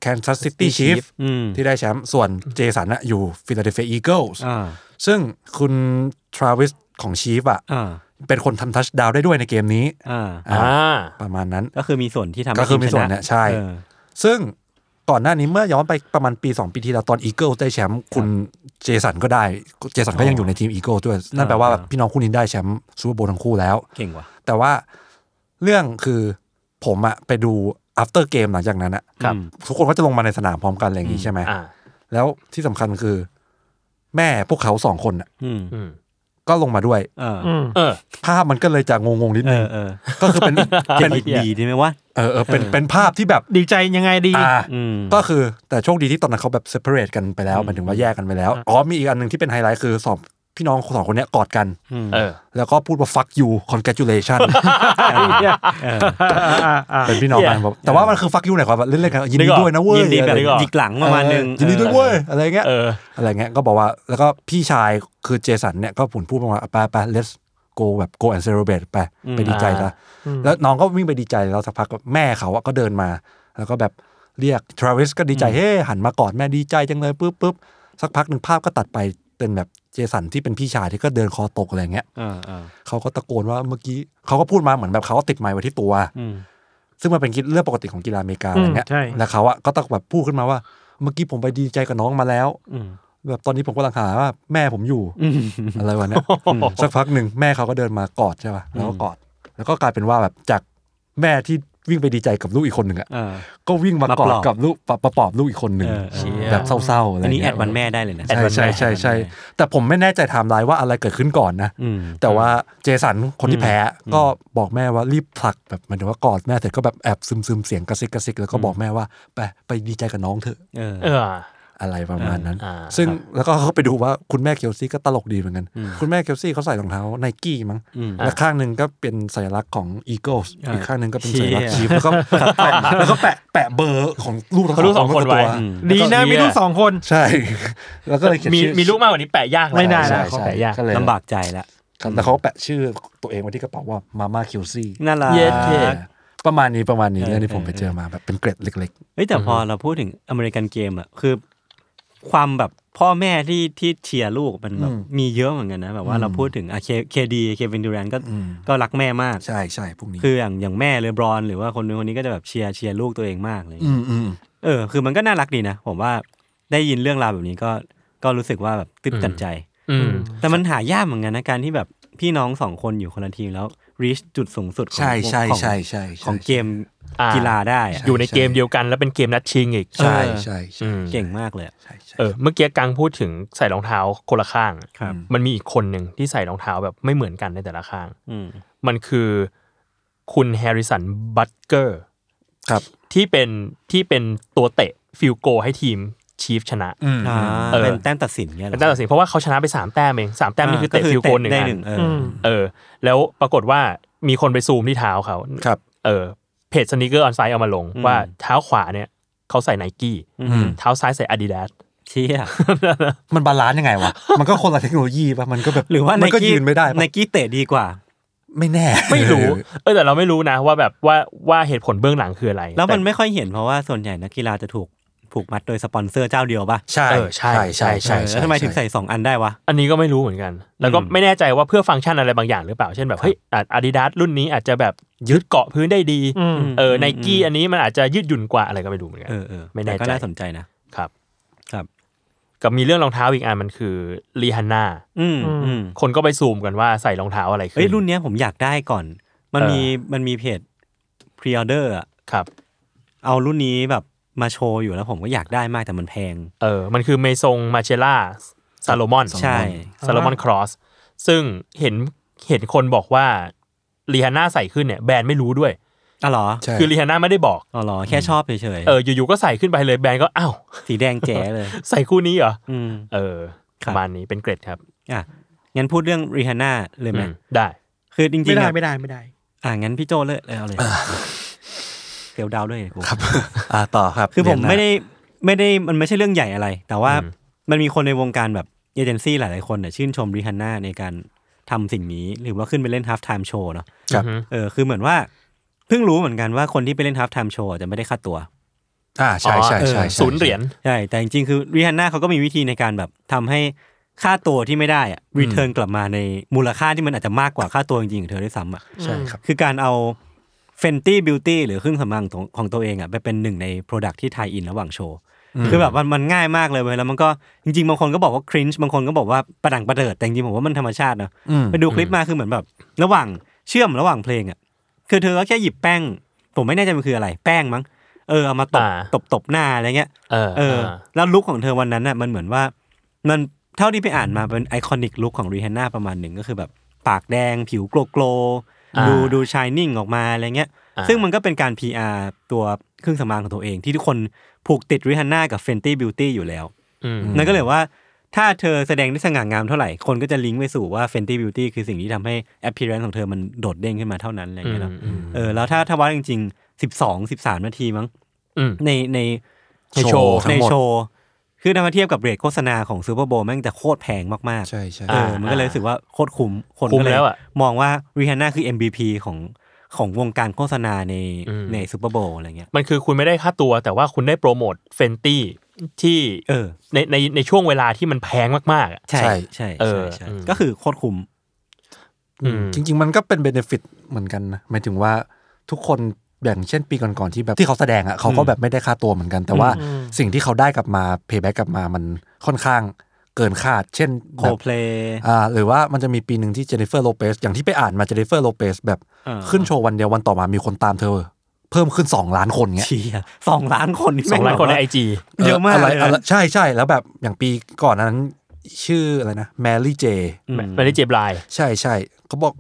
Speaker 4: Kansas City Chiefs
Speaker 2: อืม
Speaker 4: ที่ได้แชมป์ส่วนเจสันอะอยู่ Philadelphia Eagles
Speaker 2: อ่า
Speaker 4: ซึ่งคุณทราวิสของชีฟอ่ะ
Speaker 2: อ่า
Speaker 4: เป็นคนทำทัชดาวได้ด้วยในเกมนี้
Speaker 2: อ่า
Speaker 3: อ่า
Speaker 4: ประมาณนั้น
Speaker 2: ก็คือมีส่วนที่ทำให้
Speaker 4: ก็คือมี
Speaker 2: ทีชะ
Speaker 4: ส่วนเนี่ยใช่
Speaker 2: เออ
Speaker 4: ซึ่งก่อนหน้านี้เมื่อย้อนไปประมาณปี 2 ปีที่แล้วตอนอีเกิลได้แชมป์คุณเจสันก็ได้ เจสันก็ยังอยู่ในทีมอีเกิลด้วย นั่นแปลว่า
Speaker 2: อ่า
Speaker 4: พี่น้องคู่นี้ได้แชมป์ซูเปอร์โบว์ทั้งคู่แล้ว
Speaker 2: เก่งว่ะ
Speaker 4: แต่ว่าเรื่องคือผมอะไปดู after game หลังจากนั้นอะ
Speaker 3: ครับ
Speaker 4: ทุกคนก็จะลงมาในสนามพร้อมกันอะไรอย่างนี้ใช่ไหม
Speaker 3: อ่า
Speaker 4: แล้วที่สำคัญคือ แม่พวกเขาสองคนอะ
Speaker 2: อืม
Speaker 3: อืม
Speaker 4: ก็ลงมาด้วย
Speaker 2: เออ
Speaker 5: อืม
Speaker 3: เออ
Speaker 4: ภาพมันก็เลยจะงงงๆนิด
Speaker 2: เอ
Speaker 4: นึง
Speaker 2: อเออ
Speaker 4: ก็คือเป็น
Speaker 2: เป็
Speaker 4: เป็น น
Speaker 2: ดีดีไหมวะ
Speaker 4: เออเออเป็นเป็นภาพที่แบบ
Speaker 5: ดีใจยังไงดี
Speaker 4: อ่า
Speaker 2: อืม
Speaker 4: ก็คือแต่โชคดีที่ตอนนั้นเขาแบบ separate กันไปแล้วหมายถึงว่าแยกกันไปแล้วอ๋อมีอีกอันหนึ่งที่เป็นไฮไลท์คือสอบพี่น้องสองคนเนี้ยกอดกัน
Speaker 3: เออ
Speaker 4: แล้วก็พูดว่า fuck you congratulation
Speaker 2: เออ
Speaker 5: อ่าอ่า
Speaker 4: เป็นพี่น้องกันแบบแต่ว่ามันคือ fuck you ไหนความแบบเล่นๆกันยินดีด้วยนะเว้ย
Speaker 2: ยินดีแบบ
Speaker 4: อะไร
Speaker 3: นึกออก
Speaker 2: จิกหลังประมาณนึง
Speaker 4: เออยินดีด้วยเว้ยอะไรเงี้ย
Speaker 3: เออ
Speaker 4: อะไรเงี้ยก็บอกว่าแล้วก็พี่ชายคือเจสันเนี่ยก็ผุนพูดมาว่าไปไป let's go แบบ go and celebrate ไปไปดีใจซะ แล้วน้องก็วิ่งไปดีใจแล้วสักพักก็แม่เขาอะก็เดินมา แล้วก็แบบเรียกทราวิสก็ดีใจเฮ้หันมากอดแม่ดีใจจังเลยปุ๊บปุ๊บสักพักหนึ่งภาพก็ตัดไป เป็นแบบเจสันที่เป็นพี่ชายที่ก็เดินคอตกอะไรเงี้ย
Speaker 2: เออเออ
Speaker 4: เขาก็ตะโกนว่าเมื่อกี้เขาก็พูดมาเหมือนแบบเขาก็ติดไมค์ไว้ที่ตัว
Speaker 2: อืม
Speaker 4: ซึ่งมันเป็นเรื่องปกติของกีฬาอเมริกาอะไรเงี้ย
Speaker 5: อืมใช่
Speaker 4: แล้วเขาอะก็ตะแบบพูดขึ้นมาว่า เมื่อกี้ผมไปดีใจกับน้องมาแล้ว
Speaker 2: อืม
Speaker 4: แบบตอนนี้ผมกำลังหาว่าแม่ผมอยู่
Speaker 2: อืม
Speaker 4: อะไรวะเนี่ยสักพักหนึ่งแม่เขาก็เดินมากอดใช่ป่ะแล้วก็
Speaker 2: อืม
Speaker 4: กอด แล้วก็กลายเป็นว่าแบบจากแม่ที่วิ่งไปดีใจกับลูกอีกคนหนึ่งอะ
Speaker 2: เออ
Speaker 4: ก็วิ่งมา
Speaker 2: มาป
Speaker 4: ก
Speaker 2: ลอ
Speaker 4: อบ ดกับลูกปะประปอบลูกอีกคนหนึ่ง
Speaker 2: เออเออ
Speaker 4: แบบเศร้าๆอะไร
Speaker 2: อันนี้แอ
Speaker 4: เงี้ย
Speaker 2: ดวันแม่ได้เลยนะ
Speaker 4: ใช่ใช่ใช่ใช่
Speaker 2: แอดวันแม่
Speaker 4: แต่ผมไม่แน่ใจไทม์ไลน์ว่าอะไรเกิดขึ้นก่อนนะ
Speaker 2: อืม
Speaker 4: แต่ว่าเจสันคนที่
Speaker 2: อืม
Speaker 4: แพ้
Speaker 2: อืม
Speaker 4: ก็บอกแม่ว่ารีบผลักแบบหมายถึงว่ากอดแม่เสร็จก็แบบแอบซึมซึมๆเสียงกระซิกกระซิกแล้วก็
Speaker 2: อืม
Speaker 4: บอกแม่ว่าไปไปดีใจกับน้องเถอะ
Speaker 2: เออ
Speaker 3: เออ
Speaker 4: อะไรประมาณนั้น
Speaker 3: อ่า
Speaker 4: ซึ่งแล้วก็เขาไปดูว่าคุณแม่เคลซี่ก็ตลกดีเหมือนกัน
Speaker 2: อืม
Speaker 4: คุณแม่เคลซี่เขาใส่รองเท้าไนกี้มั้ง
Speaker 2: อืม
Speaker 4: แล้วข้างหนึ่งก็เป็นสัญลักษณ์ของอีเกิลส์
Speaker 2: อ่า
Speaker 4: อีกข้างหนึ่งก็เป็นสัญลักษณ์
Speaker 2: เชี่ย
Speaker 4: ชีฟแล้วก็แปะแล้วก็แปะแปะเบอร์ของลูกทั้ง
Speaker 3: เขาลูก
Speaker 4: ส
Speaker 3: ส
Speaker 4: อ
Speaker 3: อง ง
Speaker 4: ค
Speaker 3: คน น
Speaker 4: ตั
Speaker 3: ไว้
Speaker 4: ว
Speaker 2: อืม
Speaker 5: ดีนะมีลูกสองคน
Speaker 4: ใช่ *laughs* แล้วก็เลยเขียน
Speaker 3: มี
Speaker 4: ชื่อ
Speaker 3: มีลูกมากกว่านี้แปะยากแล้ว
Speaker 5: ไม่ได้นะ
Speaker 4: ใช่
Speaker 3: เขา
Speaker 4: ใช่
Speaker 3: แปะยาก
Speaker 4: เลย
Speaker 2: ลำบากใจละ
Speaker 4: ครับแล้วเขาก็แปะชื่อตัวเองไว้ที่กระเป๋าว่ามาม่าเคลซี่
Speaker 2: น่ารัก
Speaker 3: เย็ดเท่
Speaker 4: ประมาณนี้ประมาณนี้
Speaker 2: เออ
Speaker 4: เรื่องที่ผมไป
Speaker 2: เออ
Speaker 4: เจอมาแบบเป็นเกร็ดเล็ก
Speaker 2: เฮ้ยแต่พอเราพูดถึงอเมริกันเกมอะคือ ความแบบพ่อแม่ที่ที่เชียร์ลูกมันแบบ
Speaker 4: อืม
Speaker 2: มีเยอะเหมือนกันนะแบบว่า
Speaker 4: อืม
Speaker 2: เราพูดถึงอะเคดีเควินดูแรนก็
Speaker 4: ๆอืม
Speaker 2: ก็รักแม่มาก
Speaker 4: ใช่ใช่พวกนี้
Speaker 2: คืออย่างอย่างแม่เลบรอน หรือว่าคนนู้นคนนี้ก็จะแบบเชียร์เชียร์ลูกตัวเองมากเลย
Speaker 4: อืมอืม
Speaker 2: เออคือมันก็น่ารักดีนะผมว่าได้ยินเรื่องราวแบบนี้ก็ก็รู้สึกว่าแบบตื้นตันใจ
Speaker 3: อืม
Speaker 2: แต่มันหายากเหมือนกันนะการที่แบบพี่น้องสองคนอยู่คนละทีมแล้ว reach จุดสูงสุดของ
Speaker 4: ใช่ใช่
Speaker 2: ของ
Speaker 4: ใช่ใช่
Speaker 2: ของเกม
Speaker 3: อ่า
Speaker 2: กีฬาได้อะ
Speaker 3: อยู่ในเกมเดียวกันแล้วเป็นเกมนัดชิงอีก
Speaker 4: ใช่ใช่ใช่
Speaker 3: อืม
Speaker 2: เก่งมากเลยอะ
Speaker 4: ใช่ใช่
Speaker 3: เออ เมื่อกี้กังพูดถึงใส่รองเท้าคนละข้าง
Speaker 2: ครับ
Speaker 3: มันมีอีกคนหนึ่งที่ใส่รองเท้าแบบไม่เหมือนกันในแต่ละข้าง
Speaker 2: อืม
Speaker 3: มันคือคุณแฮร์ริสันบัตเกอร์
Speaker 4: ครับ
Speaker 3: ที่เป็นที่เป็นตัวเตะฟิลโกลให้ทีมชีฟชนะ
Speaker 4: อืม
Speaker 2: อ่า
Speaker 3: เออ
Speaker 2: เป็นแต้มตัดสินเงี้ยหรอ
Speaker 3: เป็นแต้มตัดสินเพราะว่าเขาชนะไป 3 แต้มเองสามแต้มนี่คือเตะ
Speaker 2: า
Speaker 3: ฟิลโกลหนึ่ง
Speaker 2: ได้
Speaker 3: อั
Speaker 2: หนึ่
Speaker 3: น
Speaker 2: งเออ
Speaker 5: อื
Speaker 2: อ
Speaker 5: ม
Speaker 3: เออ แล้วปรากฏว่ามีคนไปซูมที่เท้าเขา
Speaker 4: ครับ
Speaker 3: เออเพจสนิเกอร์ออนไซต์เอามาลง ว่าเท้าขวาเนี่ยเขาใส่ไนกี้
Speaker 2: อื
Speaker 4: อื
Speaker 2: ม
Speaker 4: ม
Speaker 3: เท้าซ้ายใส่อาดิดาส
Speaker 2: เชี่ย
Speaker 4: มันบาลานซ์ยังไงวะ มันก็คนละเทคโนโลยีป่ะมันก็แบบ
Speaker 2: หรือว่า
Speaker 4: มั
Speaker 2: ไน
Speaker 4: ก็
Speaker 2: กี้
Speaker 4: ยืนไม่ได้
Speaker 2: ไน
Speaker 4: ป่ะ
Speaker 2: กี้เตะดีกว่า
Speaker 4: ไม่แน่
Speaker 3: ไม่รู้ เออแต่เราไม่รู้นะว่าแบบว่าว่าเหตุผลเบื้องหลังคืออะไร
Speaker 2: แล้วมัน
Speaker 3: ต่
Speaker 2: ไม่ค่อยเห็นเพราะว่าส่วนใหญ่นักกีฬาจะถูกผูกมัดโดยสปอนเซอร์เจ้าเดียวป่ะ
Speaker 4: ใช่
Speaker 3: เออใช่ใช่ใช่
Speaker 2: แล้วทำไมถึงใส่สองอันได้วะ
Speaker 3: อันนี้ก็ไม่รู้เหมือนกัน แล้วก็
Speaker 2: อืม
Speaker 3: ไม่แน่ใจว่าเพื่อฟังก์ชันอะไรบางอย่างหรือเปล่า เช่นแบบเฮ้ยอาดิดาสรุ่นนี้อาจจะแบบยึดเกาะพื้นได้ดี
Speaker 5: อืม
Speaker 3: เออไนกี้อันนี้มันอาจจะยืดหยุ่นกว่าอะไรก็ไม่รู้เหมือนกัน
Speaker 2: เออเออ
Speaker 3: ไม่แน่ใจ
Speaker 2: ต่ก็น่าสนใจนะ
Speaker 3: ครับ
Speaker 2: ครับ
Speaker 3: กับมีเรื่องรองเท้าอีกอันมันคือรีฮันน่า
Speaker 2: อืม
Speaker 5: อืม
Speaker 2: อืม
Speaker 3: คนก็ไปซูมกันว่าใส่รองเท้าอะไรขึ้น
Speaker 2: เอ้ยรุ่นเนี้ยผมอยากได้ก่อน มัน
Speaker 3: เออ
Speaker 2: มีมันมีเพจพรีออเดอร์
Speaker 3: ครับ
Speaker 2: เอารุ่นนี้แบบมาโชว์อยู่แล้วผมก็อยากได้มากแต่มันแพง
Speaker 3: เออ มันคือเมซงมาเชล่าซาโลมอน
Speaker 2: ใช่
Speaker 3: ซาโลมอนครอส ซึ่งเห็นเห็นคนบอกว่าลีฮาน่าใส่ขึ้นเนี่ยแบรนด์ไม่รู้ด้วย
Speaker 2: อ๋อเหรอ
Speaker 4: ใช่
Speaker 3: คือลีฮาน่าไม่ได้บอก
Speaker 2: อ๋อเหรอแค่ชอบเฉย
Speaker 3: เออ อยู่ๆ ก็ใส่ขึ้นไปเลยแบรนด์ก็อ้าว
Speaker 2: ๆสีแดงแจ๋เลย
Speaker 3: ใส่คู่นี้เหรอ
Speaker 2: อืม
Speaker 3: เออ
Speaker 2: ค
Speaker 3: ป
Speaker 2: รับ
Speaker 3: ระมาณนี้เป็นเกรดครับ
Speaker 2: อ่ะงั้นพูดเรื่องริฮาน่าเลยไหม
Speaker 3: อืมได้
Speaker 2: คือจริงๆ
Speaker 5: ไม่ได้
Speaker 2: อะ
Speaker 5: ไม่ได้ไม่ได้
Speaker 2: อ่างั้นพี่โจเลยเอาเลยเฟลดาวด้วยกู
Speaker 4: อ่าต่อครับ
Speaker 2: คือผม
Speaker 4: เรียนนะ
Speaker 2: ไม่ได้ไม่ได้มันไม่ใช่เรื่องใหญ่อะไร แต่ว่า
Speaker 3: อืม
Speaker 2: มันมีคนในวงการแบบเอเจนซี่หลายๆคนเนี่ยชื่นชมริฮันน่าในการทำสิ่งนี้ หรือว่าขึ้นไปเล่นฮาฟไทม์โชว์เนาะ
Speaker 4: ครับ
Speaker 3: อือฮึ
Speaker 2: เออคือเหมือนว่าเพิ่งรู้เหมือนกันว่าคนที่ไปเล่นฮาฟไทม์โชว์จะไม่ได้ค่าตัว
Speaker 4: อ่าใช่ใช่
Speaker 3: อ๋อเออ
Speaker 4: ใช่ใช่
Speaker 3: ศูนย์เหรียญ
Speaker 2: ใช่ แต่จริงๆคือริฮันน่าเขาก็มีวิธีในการแบบทำให้ค่าตัวที่ไม่ได้อะรีเทิร์นกลับมาในมูลค่าที่มันอาจจะมากกว่าค่าตัวจริงๆของเธอด้วยซ้ำอะ
Speaker 4: ใช่ครับ
Speaker 2: คือการเอา Fenty Beauty หรือเครื่องสำอางของของตัวเองอ่ะไปเป็นหนึ่งใน Product ที่ทายอินระหว่างโชว์ คือแบบมันมันง่ายมากเลยเว้ยแล้วมันก็จริงๆ บางคนก็บอกว่าคริ n ช e บางคนก็บอกว่าประดังประเดิด แต่จริงๆผมว่ามันธรรมชาตินะ
Speaker 4: อืม
Speaker 2: ไปดูคลิปมาคือเหมือนแบบ ระหว่างเชื่อมระหว่างเพลงอ่ะคือเธอก็แค่หยิบแป้ง ผมไม่แน่ใจมันคืออะไร แป้งมั้งเออเอามาตบ
Speaker 3: อ่า
Speaker 2: ตบตบหน้าอะไรเงี้ย
Speaker 3: เออ
Speaker 2: เออ
Speaker 3: อ่า
Speaker 2: แล้วลุคของเธอวันนั้นน่ะมันเหมือนว่า มันเท่าที่ไปอ่านมาเป็นไอคอนิกลุคของรีฮันน่าประมาณหนึ่งก็คือแบบปากแดงผิวโกลโกล
Speaker 3: า
Speaker 2: ดูดูชายนิ่งออกมาอะไรเงี้ย
Speaker 3: อ่า
Speaker 2: ซึ่งมันก็เป็นการ PR ตัวเครื่องสำอางของตัวเอง ที่ทุกคนผูกติดรีฮันน่ากับ Fenty Beauty อยู่แล้ว
Speaker 3: อืม
Speaker 2: นั่นก็เลยว่าถ้าเธอแสดงได้สง่างามเท่าไหร่ คนก็จะลิงก์ไปสู่ว่า Fenty Beauty คือสิ่งที่ทำให้ appearance ของเธอมันโดดเด้งขึ้นมาเท่านั้นอะไร
Speaker 3: อืม
Speaker 2: เงี้ยเนอะ
Speaker 3: อืม
Speaker 2: เออแล้วถ้าถ้าวัดจริงๆ 12 13 นาทีมั้ง
Speaker 3: อืม
Speaker 2: ในใน
Speaker 3: ในโชว์
Speaker 4: ทั้
Speaker 2: ใน
Speaker 4: งหมด
Speaker 2: โชว์ คือนำมาเทียบกับเรทโฆษณาของซูเปอร์โบว์แม่งจะโคตรแพงมาก
Speaker 4: ใช่ใช่
Speaker 2: ๆ เออ มันก็เลยรู้สึกว่าโคตรคุ้ม คน
Speaker 3: คุ้ม
Speaker 2: ก็เลย
Speaker 3: แล้วอะ
Speaker 2: มองว่าริฮันน่าคือ MVP ของของวงการโฆษณาในในซูเปอร์โบว์อะไรเงี้ย
Speaker 3: มันคือคุณไม่ได้ค่าตัวแต่ว่าคุณได้โปรโมทเฟนตี้ ที่
Speaker 2: เออ
Speaker 3: ในในในช่วงเวลาที่มันแพงมากๆอะ
Speaker 2: ใช่
Speaker 4: ใช่
Speaker 2: ใช่
Speaker 3: เอ
Speaker 2: ใช่
Speaker 3: อ
Speaker 2: ใช่
Speaker 3: อืม
Speaker 2: ก็คือโคตรคุ้ม
Speaker 3: อืม
Speaker 4: จริง ๆ มันก็เป็นเบนฟิตเหมือนกันนะหมายถึงว่าทุกคนอย่างเช่นปีก่อนๆที่แบบที่เขาแสดงอ่ะเขาก็แบบไม่ได้ค่าตัวเหมือนกัน แต่ว่า
Speaker 5: อืม
Speaker 4: สิ่งที่เขาได้กลับมาเพย์แบ็กกลับมามันค่อนข้างเกินคาด เช่น
Speaker 2: โค
Speaker 4: แบบ
Speaker 2: เพลย์
Speaker 4: อ่าหรือว่ามันจะมีปีหนึ่งที่เจเนฟเฟอร์โลเปสอย่างที่ไปอ่านมาเจเนฟเฟอร์โลเปสแบบ
Speaker 2: เออ
Speaker 4: ขึ้นโชว์วันเดียววันต่อมามีคนตามเธอ เพิ่มขึ้น 2 ล้านคนเงี้ย
Speaker 2: เชียสองล้านคนนี่
Speaker 3: สองล้านคนใน
Speaker 2: แม่แบ
Speaker 3: ไอ
Speaker 2: บว่
Speaker 3: จี
Speaker 2: เยอะมาก
Speaker 4: ไร
Speaker 2: เลยนะ
Speaker 4: ไรใช่ใช่แล้วแบบอย่างปีก่อนนั้น ชื่ออะไรนะแมรี่เจ
Speaker 2: อืม
Speaker 3: ไม่ได้เจ็บลาย
Speaker 4: ใช่ใช่เขาบอก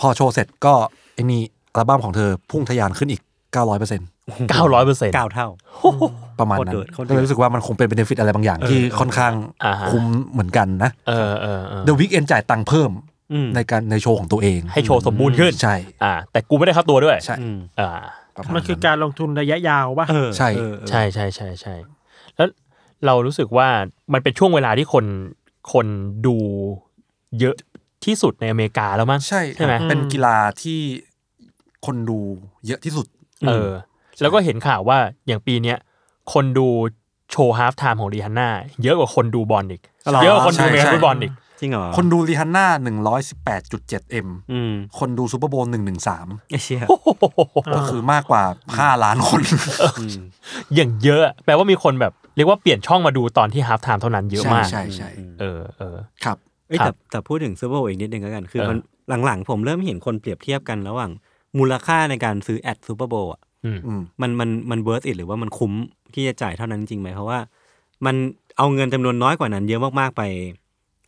Speaker 4: พอโชว์เสร็จก็ไอ้นี่อัลบั้มของเธอพุ่งทะยานขึ้นอีก 900เปอร์เซ็นต์
Speaker 3: 900%
Speaker 2: เก้าเท่า
Speaker 4: ประมาณ
Speaker 2: โคตร
Speaker 4: นั้น
Speaker 2: เดือดโคตรเดื
Speaker 4: ก็
Speaker 2: อด
Speaker 4: เลยรู้สึกว่ามันคงเป็นเบนฟิตอะไรบางอย่างที่ค่อนข้าง
Speaker 3: อ่าฮะ
Speaker 4: คุ้มเหมือนกันนะ
Speaker 3: เออเออเออ
Speaker 4: The Weeknd จ่ายตังค์เพิ่ม
Speaker 2: อืม
Speaker 4: ในการในโชว์ของตัวเอง
Speaker 3: ให้โชว์สมบูรณ์ขึ้น
Speaker 4: ใช่
Speaker 3: อ่า แต่กูไม่ได้ค่าตัวด้วย
Speaker 4: ใช่
Speaker 2: อืม
Speaker 3: อ่า
Speaker 4: ประาณ
Speaker 5: มันคือการลงทุนระยะยาวป่ะ
Speaker 2: เออ
Speaker 4: ใช่
Speaker 2: เออเออ
Speaker 3: ใช่ใช่ใช่ใช่แล้วเรารู้สึกว่ามันเป็นช่วงเวลาที่คนคนดูเยอะที่สุดในอเมริกาแล้วมั้ง
Speaker 4: ใช่
Speaker 3: ใช่ไหม
Speaker 4: เป็นกีฬาที่คนดูเยอะที่สุด
Speaker 3: เออ แล้วก็เห็นข่าวว่าอย่างปีเนี้ยคนดูโชว์ฮาล์ฟไทม์ของรีฮันน่าเยอะกว่าคนดูบอลอีก เยอะกว่าคนดูเม
Speaker 4: ใช่ใช่
Speaker 3: ฟุตบอลอีก
Speaker 2: จริงเหรอ
Speaker 4: คนดูริฮันน่า118.7 m
Speaker 2: อืม
Speaker 4: คนดูซูเปอร์โบว์113
Speaker 2: ไอเชีย
Speaker 4: ก็คือมากกว่า 5 ล้านคน
Speaker 3: อย่างเยอะแปลว่ามีคนแบบเรียกว่าเปลี่ยนช่องมาดูตอนที่ฮาล์ฟไทม์เท่านั้นเยอะมาก
Speaker 4: ใช่ใช่
Speaker 3: เออเออ
Speaker 4: ครับ
Speaker 2: เอ้ย
Speaker 3: ครั
Speaker 2: แต่
Speaker 3: บ
Speaker 2: แต่พูดถึงซูเปอร์โบว์อีกนิดนึงแล้วกัน คือ
Speaker 3: เออ
Speaker 2: มันหลังๆ ผมเริ่มเห็นคนเปรียบเทียบกันระหว่าง มูลค่าในการซื้อแอดซูเปอร์โบว์อ่ะ
Speaker 3: อืม
Speaker 4: อืม
Speaker 2: มันมันมันเวิร์ it หรือว่ามันคุ้มที่จะจ่ายเท่านั้นจริงไหมเพราะว่า มันเอาเงินจำนวนน้อยกว่านั้นเยอะมากๆไป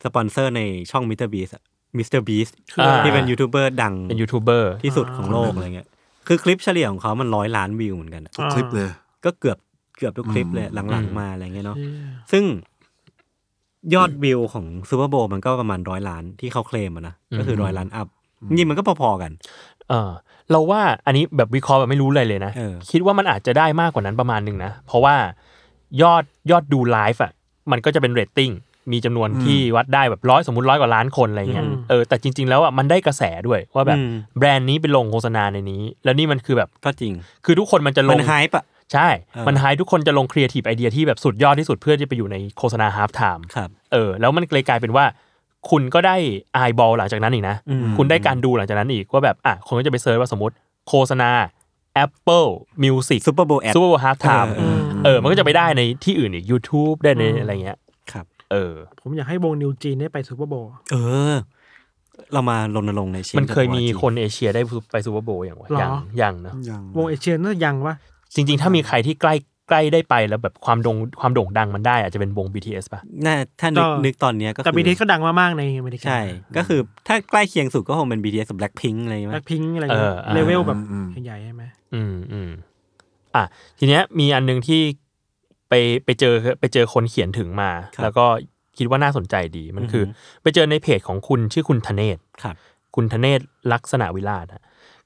Speaker 2: สปอนเซอร์ในช่องมิสเตอร์บีสมิสเตอร์บีส
Speaker 3: อ่า
Speaker 2: ที่เป็นยูทูบเบอร์ดัง
Speaker 3: เป็นยูทูบเบอร์
Speaker 2: ที่สุดของโลกอะไรเงี้ยคือคลิปเฉลี่ยของเขามันร้อยล้านวิวเหมือนกันอะ
Speaker 5: อ่า
Speaker 4: คลิปเลย
Speaker 2: ก็เกือบเกือบทุกคลิปเลยหลังๆมาอะไรเงี้ยเนาะซึ่งยอดวิวของซูเปอร์โบมันก็ประมาณร้อยล้านที่เขาเคลมอะนะก็คือร้อยล้านอัพนี่มันก็พอๆกัน
Speaker 3: เออเราว่าอันนี้แบบวิเคราะห์แบบไม่รู้เลยเลยนะ
Speaker 2: เออ
Speaker 3: คิดว่ามันอาจจะได้มากกว่านั้นประมาณหนึ่งนะ เพราะว่ายอดยอดดูไลฟ์อ่ะมันก็จะเป็นเรตติ้งมีจำนวนที่วัดได้แบบร้อยสมมติร้อยกว่าล้านคนอะไรเงี้ย
Speaker 5: อืม
Speaker 3: เออแต่จริง ๆ แล้วอ่ะมันได้กระแสด้วยว่าแบบ
Speaker 2: อืม
Speaker 3: แบรนด์นี้ไปลงโฆษณาในนี้ แล้วนี่มันคือแบบ
Speaker 2: ก็จริง
Speaker 3: คือทุกคนมันจะล
Speaker 2: มั
Speaker 3: ง
Speaker 2: นไฮปะ
Speaker 3: ใช่
Speaker 2: เออ
Speaker 3: มันไฮทุกคนจะลงครีเอทีฟไอเดียที่แบบสุดยอดที่สุดเพื่อจะไปอยู่ในโฆษณาฮาร์ฟไทม์
Speaker 2: ครับ
Speaker 3: เออแล้วมันเลยกลายเป็นว่า คุณก็ได้ไอบอลหลังจากนั้นอีกนะ
Speaker 2: อืม
Speaker 3: คุณได้การดูหลังจากนั้นอีกว่าแบบอ่ะคนก็จะไปเซิร์ชว่าสมมติโฆษณา Apple Music
Speaker 2: ซูเปอร์โบแอด
Speaker 3: ซูเปอร์ฮาร์ดไทม์
Speaker 2: เออ
Speaker 3: เออ มันก็จะไปได้ในที่อื่นอีก YouTube ได้ในอะไรเงี้ย
Speaker 2: ครับ
Speaker 3: เออ
Speaker 5: ผมอยากให้วงนิวจีนได้ไปซูเปอร์โบว์
Speaker 2: เออ เรามารณรงค์ในเชน
Speaker 3: มันเคยมี
Speaker 2: กับ YG
Speaker 3: คนเอเชียได้ไปซูเปอร์โบว์อย่างวะยังยังเนอะ
Speaker 6: ยัง
Speaker 5: วงเอเชียน่าจะยังวะ
Speaker 3: จริง ๆ ถ้ามีใครที่ใกล้ใกล้ได้ไปแล้วแบบความโด่งความโด่งดังมันได้อาจจะเป็นวง BTS ป่ะ
Speaker 2: น่าถ้านึกนึกตอนเนี้ยก็
Speaker 5: แต่
Speaker 2: คือ
Speaker 5: บีทีก็ดังมามากในอเมริกา
Speaker 2: ใช่ ก็คือถ้าใกล้เคียงสุดก็คงเป็น BTS กับ Blackpink อะไรไหม
Speaker 5: แบล็คพิงอะไร
Speaker 3: เออ
Speaker 5: เงี้
Speaker 3: ย อ่า
Speaker 5: เลเวลแบบ
Speaker 4: อืมอืม
Speaker 5: ใหญ่ๆใช่ไหม
Speaker 3: อืมอืมอ่ะทีเนี้ยมีอันหนึ่งที่ไปไปเจอไปเจอคนเขียนถึงมา แล้วก็คิดว่าน่าสนใจดีมันคืออไปเจอในเพจของคุณชื่อคุณธเนศ
Speaker 2: ครับ
Speaker 3: คุณธเนศลักษณะวิลาศอะ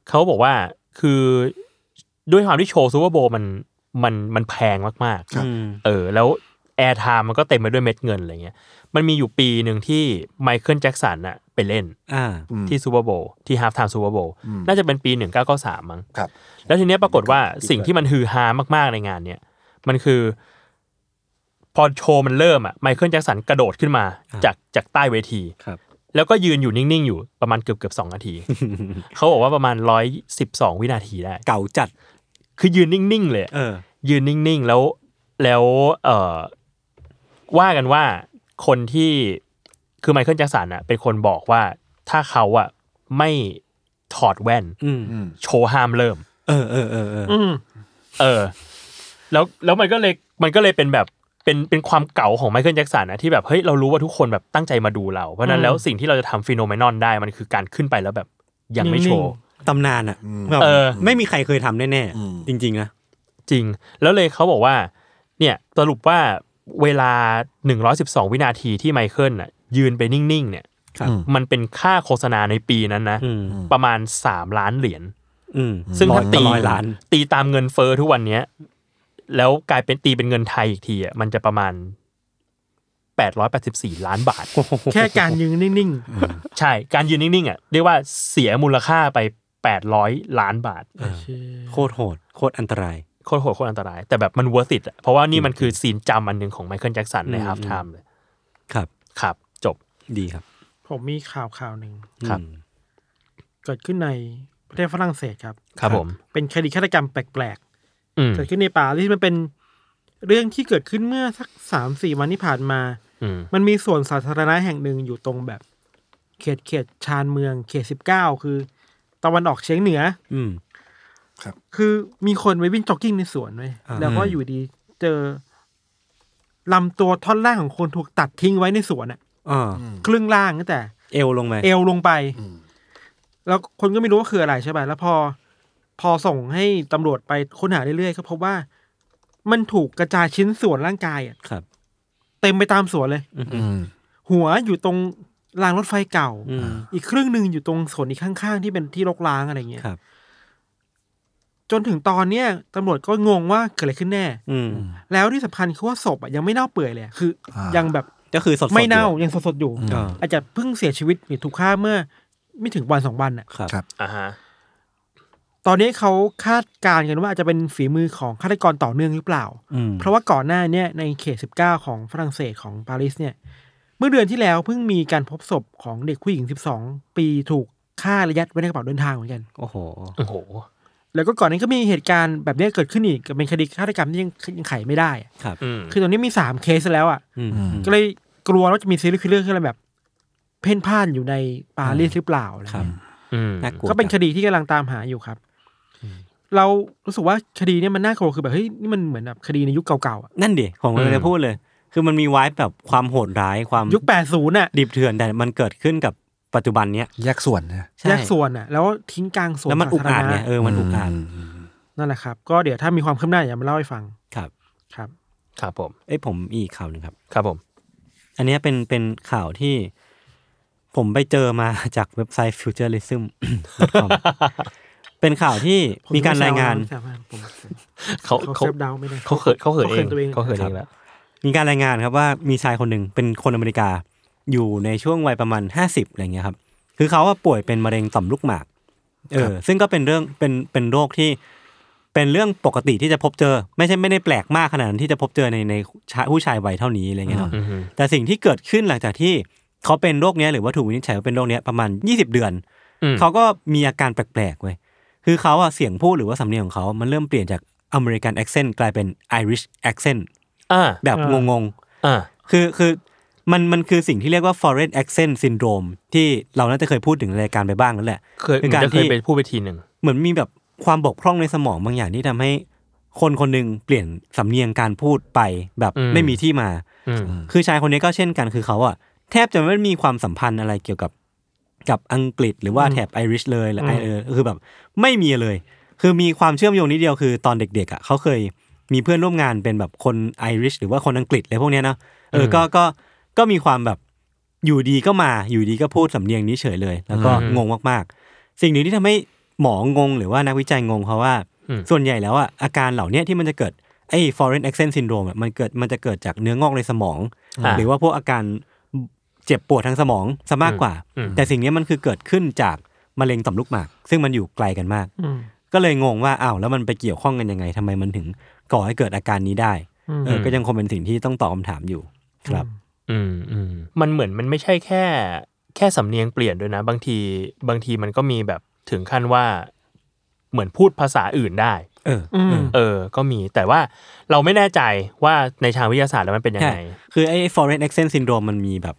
Speaker 3: เขาบอกว่าคือด้วยความที่โชว์ซูเปอร์โบว์มันมันมันแพงมาก
Speaker 2: อืม
Speaker 3: ๆเออแล้วแอร์ไทม์มันก็เต็มไปด้วยเม็ดเงินอะไรเงี้ยมันมีอยู่ปีหนึ่งที่ไมเคิลแจ็คสันอะไปเล่น
Speaker 2: อ่า
Speaker 3: ที่ซูเปอร์โบว์ที่ฮา l ์ t ไทม์ซูเปอร์โบว์น่าจะเป็นปี 1993 มั้ง
Speaker 4: ครับ
Speaker 3: แล้วทีเนี้ยปรากฏว่าสิ่งที่มันฮือฮามากๆในงานเนี่ย มันคือ พอโชว์มันเริ่มอ่ะไมเคิลแจ็คสันกระโดดขึ้นมาจากจากใต้เวที
Speaker 2: ครับ
Speaker 3: แล้วก็ยืนอยู่นิ่ง ๆ อยู่ประมาณเกือบเกือบสองนาที *laughs* เขาบอกว่าประมาณ 112 วินาทีได้
Speaker 2: เก่าจัด
Speaker 3: คือยืนนิ่ง ๆ เลยอะ
Speaker 2: เออ
Speaker 3: ยืนนิ่ง ๆ แล้วแล้วเออว่ากันว่าคนที่คือไมเคิลแจ็คสันอ่ะเป็นคนบอกว่าถ้าเขาอ่ะไม่ถอดแว่น
Speaker 2: อืม
Speaker 3: โชว์ห้ามเริ่ม
Speaker 2: เออเออเออเออ
Speaker 5: อืม
Speaker 3: เออ แล้วแล้วมันก็เลยมันก็เลยเป็นแบบเป็นเป็นความเก่าของไมเคิลแจ็คสันนะที่แบบเฮ้ยเรารู้ว่าทุกคนแบบตั้งใจมาดูเรา เพราะฉะนั้นแล้วสิ่งที่เราจะทำฟีโนเมนอนได้มันคือการขึ้นไปแล้วแบบยังไม่โชว์
Speaker 2: ตำนานอ่ะแบบ
Speaker 3: เออ
Speaker 2: ไม่มีใครเคยทำแน่ๆ จริง ๆ นะ
Speaker 3: จริง แล้วเลยเขาบอกว่า เนี่ยสรุปว่าเวลา 112 วินาทีที่ไมเคิลน่ะยืนไปนิ่ง ๆ เนี่ย
Speaker 2: ครับ
Speaker 3: มันเป็นค่าโฆษณาในปีนั้นนะ
Speaker 2: อืม
Speaker 3: ประมาณ 3 ล้านเหรียญ
Speaker 2: อืม
Speaker 3: ซึ่งถ้าตี
Speaker 2: ร้อยล้าน
Speaker 3: ตีตามเงินเฟอ้อทุกวันเนี้ย แล้วกลายเป็นตีเป็นเงินไทยอีกทีอ่ะมันจะประมาณแปดร้อยแปดสิบสี่ล้านบาท
Speaker 5: แค่การยืนนิ่ง
Speaker 3: ใช่การยืนนิ่งๆอ่ะเรียกว่าเสียมูลค่าไปแปดร้อยล้านบาท
Speaker 5: ๆเชี่ย
Speaker 2: โคตรโหด โคตรอันตราย
Speaker 3: โคตรโหดโคตรอันตราย แต่แบบมัน worth it อะเพราะว่านี่มันคือซีนจำอันหนึ่งของไมเคิลแจ็กสันใน
Speaker 2: อืม
Speaker 3: half time เลย
Speaker 2: ครับ
Speaker 3: ครับ จบ
Speaker 2: ดีครับ
Speaker 5: ผมมีข่าวข่าวหนึ่ง
Speaker 3: ครับ
Speaker 2: อืม
Speaker 5: เกิดขึ้นในประเทศฝรั่งเศสครับ
Speaker 3: ครับผม
Speaker 5: เป็นคดีฆาตกรรมแปลก
Speaker 3: อืม
Speaker 5: ๆเกิดขึ้นในป่าที่มันเป็นเรื่องที่เกิดขึ้นเมื่อสักสามสี่วันที่ผ่านมา
Speaker 3: อืม
Speaker 5: มันมีสวนสาธารณะแห่งหนึ่งอยู่ตรงแบบเขตเขตชานเมือง เขตสิบเก้าคือ ตะวันออกเฉียงเหนือ
Speaker 2: อืม
Speaker 5: คือมีคนไปวิ่งจ็อกกิ้งในสวนไว้ย
Speaker 2: อ่า
Speaker 5: แล้วก็อยู่ดีเจอลำตัวท่อนล่างของคนถูกตัดทิ้งไว้ในสวนอะ
Speaker 2: อ่า
Speaker 5: ครึ่งล่างตั้งแต่
Speaker 2: เอวลงไป
Speaker 5: เอวลงไป แล้วคนก็ไม่รู้ว่าคืออะไรใช่ป่ะแล้วพอ พอส่งให้ตำรวจไปค้นหาเรื่อยๆก็พบว่า มันถูกกระจายชิ้นส่วนร่างกายอะ
Speaker 2: ครับ
Speaker 5: เต็มไปตามสวนเลย
Speaker 4: อืม
Speaker 5: หัวอยู่ตรงรางรถไฟเก่า
Speaker 2: อืม
Speaker 5: อีกครึ่งหนึ่งอยู่ตรงสวนอีกข้างๆ ที่เป็นที่รกร้างอะไรเงี้ย
Speaker 2: ครับ
Speaker 5: จนถึงตอนเนี้ยตำรวจก็งงว่าเกิดอะไรขึ้นแน่
Speaker 2: อืม
Speaker 5: แล้วที่สำคัญคือว่าศพอะยังไม่เน่าเปื่อยเลยอะคืออา
Speaker 4: ยั
Speaker 5: ยังแบบ
Speaker 2: ก็คือสดๆ
Speaker 5: ไม่เน่า
Speaker 2: อยู่
Speaker 5: ยังสดๆอยู่
Speaker 4: อืม
Speaker 2: อ่า
Speaker 5: อาจจะเพิ่งเสียชีวิตหรือถูกฆ่าเมื่อ ไม่ถึงวันสองวันอะ
Speaker 2: ครับ
Speaker 4: ครับ
Speaker 3: อ่าฮะ
Speaker 5: ตอนนี้เขาคาดการณ์กันว่าอาจจะเป็นฝีมือของฆาตกรต่อเนื่องหรือเปล่า
Speaker 2: อืม
Speaker 5: เพราะว่าก่อนหน้าเนี่ยในเขต 19 ของฝรั่งเศสของปารีสเนี่ย เมื่อเดือนที่แล้วเพิ่งมีการพบศพของเด็กผู้หญิง 12 ปีถูกฆ่าและยัดไว้ในกระเป๋าเดินทางเหมือนกัน
Speaker 2: โอ้โห
Speaker 3: โอ้โห
Speaker 5: แล้วก็ก่อนนั้นก็มีเหตุการณ์แบบเนี้ยเกิดขึ้นอีกกับเป็นคดีฆาตกรรมที่ยังยังไขไม่ได้อะ
Speaker 2: ครับ
Speaker 3: อืม
Speaker 5: คือตอนนี้มี 3 เคสแล้วอ่ะ
Speaker 2: อืม
Speaker 4: อืม
Speaker 5: ก็เลยกลัวว่าจะมีซีรีส์คิลเลอร์ขึ้นมาแบบ เพ่นพ่านอยู่ในปารีสหรือเปล่าอะไร
Speaker 2: ครับ
Speaker 5: เงี้ย
Speaker 3: อืม
Speaker 2: น่ากลัว
Speaker 5: ก็เป็นค
Speaker 2: จัง
Speaker 5: ดีที่กำลังตามหาอยู่ครับ เรารู้สึกว่าคดีเนี่ยมันน่ากลัวคือแบบเฮ้ยนี่มันเหมือนแบบคดีในยุคเก่าๆอะ
Speaker 2: นั่นดิผมก็เลยพูดเลย คือมันมีไว้แบบความโหดร้ายความ
Speaker 5: ยุคแปดศูนย์น่ะ
Speaker 2: ดิบเถื่อนแต่มันเกิดขึ้นกับปัจจุบันเนี้ย
Speaker 4: แยกส่วนนะ
Speaker 2: ใช่
Speaker 5: แยกส่วนน่ะ แล้วทิ้งกลางสวน
Speaker 2: แล้วมันอุกอาจ
Speaker 5: สธร
Speaker 2: ไง
Speaker 5: ณะ
Speaker 2: เออมันอุกอาจ
Speaker 5: นั่นแหละครับ ก็เดี๋ยวถ้ามีความคืบหน้าอย่ามาเล่าให้ฟัง
Speaker 2: ครับ
Speaker 5: ครับ
Speaker 3: ครับผม
Speaker 2: เอ้ยผมมีอีกข่าวหนึ่งครับ
Speaker 3: ครับผม
Speaker 2: อันเนี้ยเป็นเป็นข่าวที่ผมไปเจอมา *laughs* จากเว็บไซต์ futurism
Speaker 5: *laughs*
Speaker 2: เป็นข่าวที่
Speaker 5: ผ
Speaker 2: มีการรายงาน
Speaker 5: ไม่ทราบว่าผม
Speaker 3: เขา
Speaker 5: เขา
Speaker 3: เขา
Speaker 5: เซฟดาวไม่ได้
Speaker 3: เขาเขินเขาเขินเอง
Speaker 5: เขาเขินตัวเอง
Speaker 3: เขาเขินเองแล้ว
Speaker 2: มีการรายงานครับว่ามีชายคนหนึ่งเป็นคนอเมริกา อยู่ในช่วงวัยประมาณห้าสิบอะไรเงี้ยครับ คือเขาว่าป่วยเป็นมะเร็งต่อมลูกหมาก เออ ซึ่งก็เป็นเรื่องเป็นเป็นโรคที่เป็นเรื่องปกติที่จะพบเจอ ไม่ใช่ไม่ได้แปลกมากขนาดนั้นที่จะพบเจอในในชายผู้ชายวัยเท่านี้อะไรเงี้ยเนาะ
Speaker 3: อืม
Speaker 2: แต่สิ่งที่เกิดขึ้นหลังจากที่เขาเป็นโรคเนี้ยหรือว่าถูกวินิจฉัยว่าเป็นโรคเนี้ยประมาณ 20 เดือน
Speaker 3: อืม
Speaker 2: เขาก็มีอาการแปลกๆเว้ย คือเขาอะเสียงพูดหรือว่าสำเนียงของเขา มันเริ่มเปลี่ยนจากอเมริกันแอคเซนต์กลายเป็นไอริชแอคเซนต์
Speaker 3: อ่า
Speaker 2: แบบ
Speaker 5: อ่าง
Speaker 2: งง
Speaker 3: อ่า
Speaker 2: ๆ คือคือมันมันคือสิ่งที่เรียกว่า foreign accent syndrome ที่เราน่าจะเคยพูดถึงในรายการไปบ้างแล้วแหละ
Speaker 3: เคย
Speaker 2: เป็นการ
Speaker 3: จะเคย
Speaker 2: ที่
Speaker 3: ไปพูดไปทีหนึ่ง
Speaker 2: เหมือนมีแบบความบกพร่องในสมองบางอย่างที่ทำให้คนคนหนึ่งเปลี่ยนสำเนียงการพูดไปแบบ
Speaker 3: อืม
Speaker 2: ไม่มีที่มา
Speaker 3: อืม
Speaker 2: คือชายคนนี้ก็เช่นกันคือเขาอะแทบจะไม่มีความสัมพันธ์อะไรเกี่ยวกับกับอังกฤษ หรือว่าแถบไอริชเลยหรือไอเออคือแบบไม่มีเลย คือมีความเชื่อมโยงนิดเดียวคือตอนเด็กๆอะเขาเคยมีเพื่อนร่วมงานเป็นแบบคนไอริชหรือว่าคนอังกฤษอะไรพวกเนี้ยเนอะเออก็ก็ก็มีความแบบอยู่ดีก็มาอยู่ดีก็พูดสำเนียงนี้เฉยเลย แล้วก็งงมากๆ สิ่งหนึ่งที่ทำให้หมองงหรือว่านักวิจัยงงเพราะว่า ส่วนใหญ่แล้วอะอาการเหล่าเนี้ยที่มันจะเกิดไอ้ foreign accent syndrome อะมันเกิดมันจะเกิดจากเนื้องอกในสมอง
Speaker 3: อ่า
Speaker 2: หรือว่าพวกอาการเจ็บปวดทางสมองซะมากกว่า
Speaker 3: อืม
Speaker 2: แต่สิ่งเนี้ยมันคือเกิดขึ้นจากมะเร็งต่อมลูกหมาก ซึ่งมันอยู่ไกลกันมาก
Speaker 5: อืม
Speaker 2: ก็เลยงงว่าอ้าวแล้วมันไปเกี่ยวข้องกันยังไงทำไมมันถึงก่อให้เกิดอาการนี้ได้
Speaker 5: อืม
Speaker 2: เออก็ยังคงเป็นสิ่งที่ต้องตอบคำถามอยู่ครับ
Speaker 3: อืมอืมมันเหมือนมันไม่ใช่แค่ แค่สำเนียงเปลี่ยนด้วยนะ บางทีบางทีมันก็มีแบบถึงขั้นว่าเหมือนพูดภาษาอื่นได้
Speaker 2: เออ
Speaker 5: อืม
Speaker 2: เออ
Speaker 3: เออ ก็มีแต่ว่าเราไม่แน่ใจว่าในทางวิทยาศาสตร์แล้วมันเป็นยัง
Speaker 2: ใช่
Speaker 3: ไง
Speaker 2: คือไอ้ foreign accent syndrome มันมีแบบ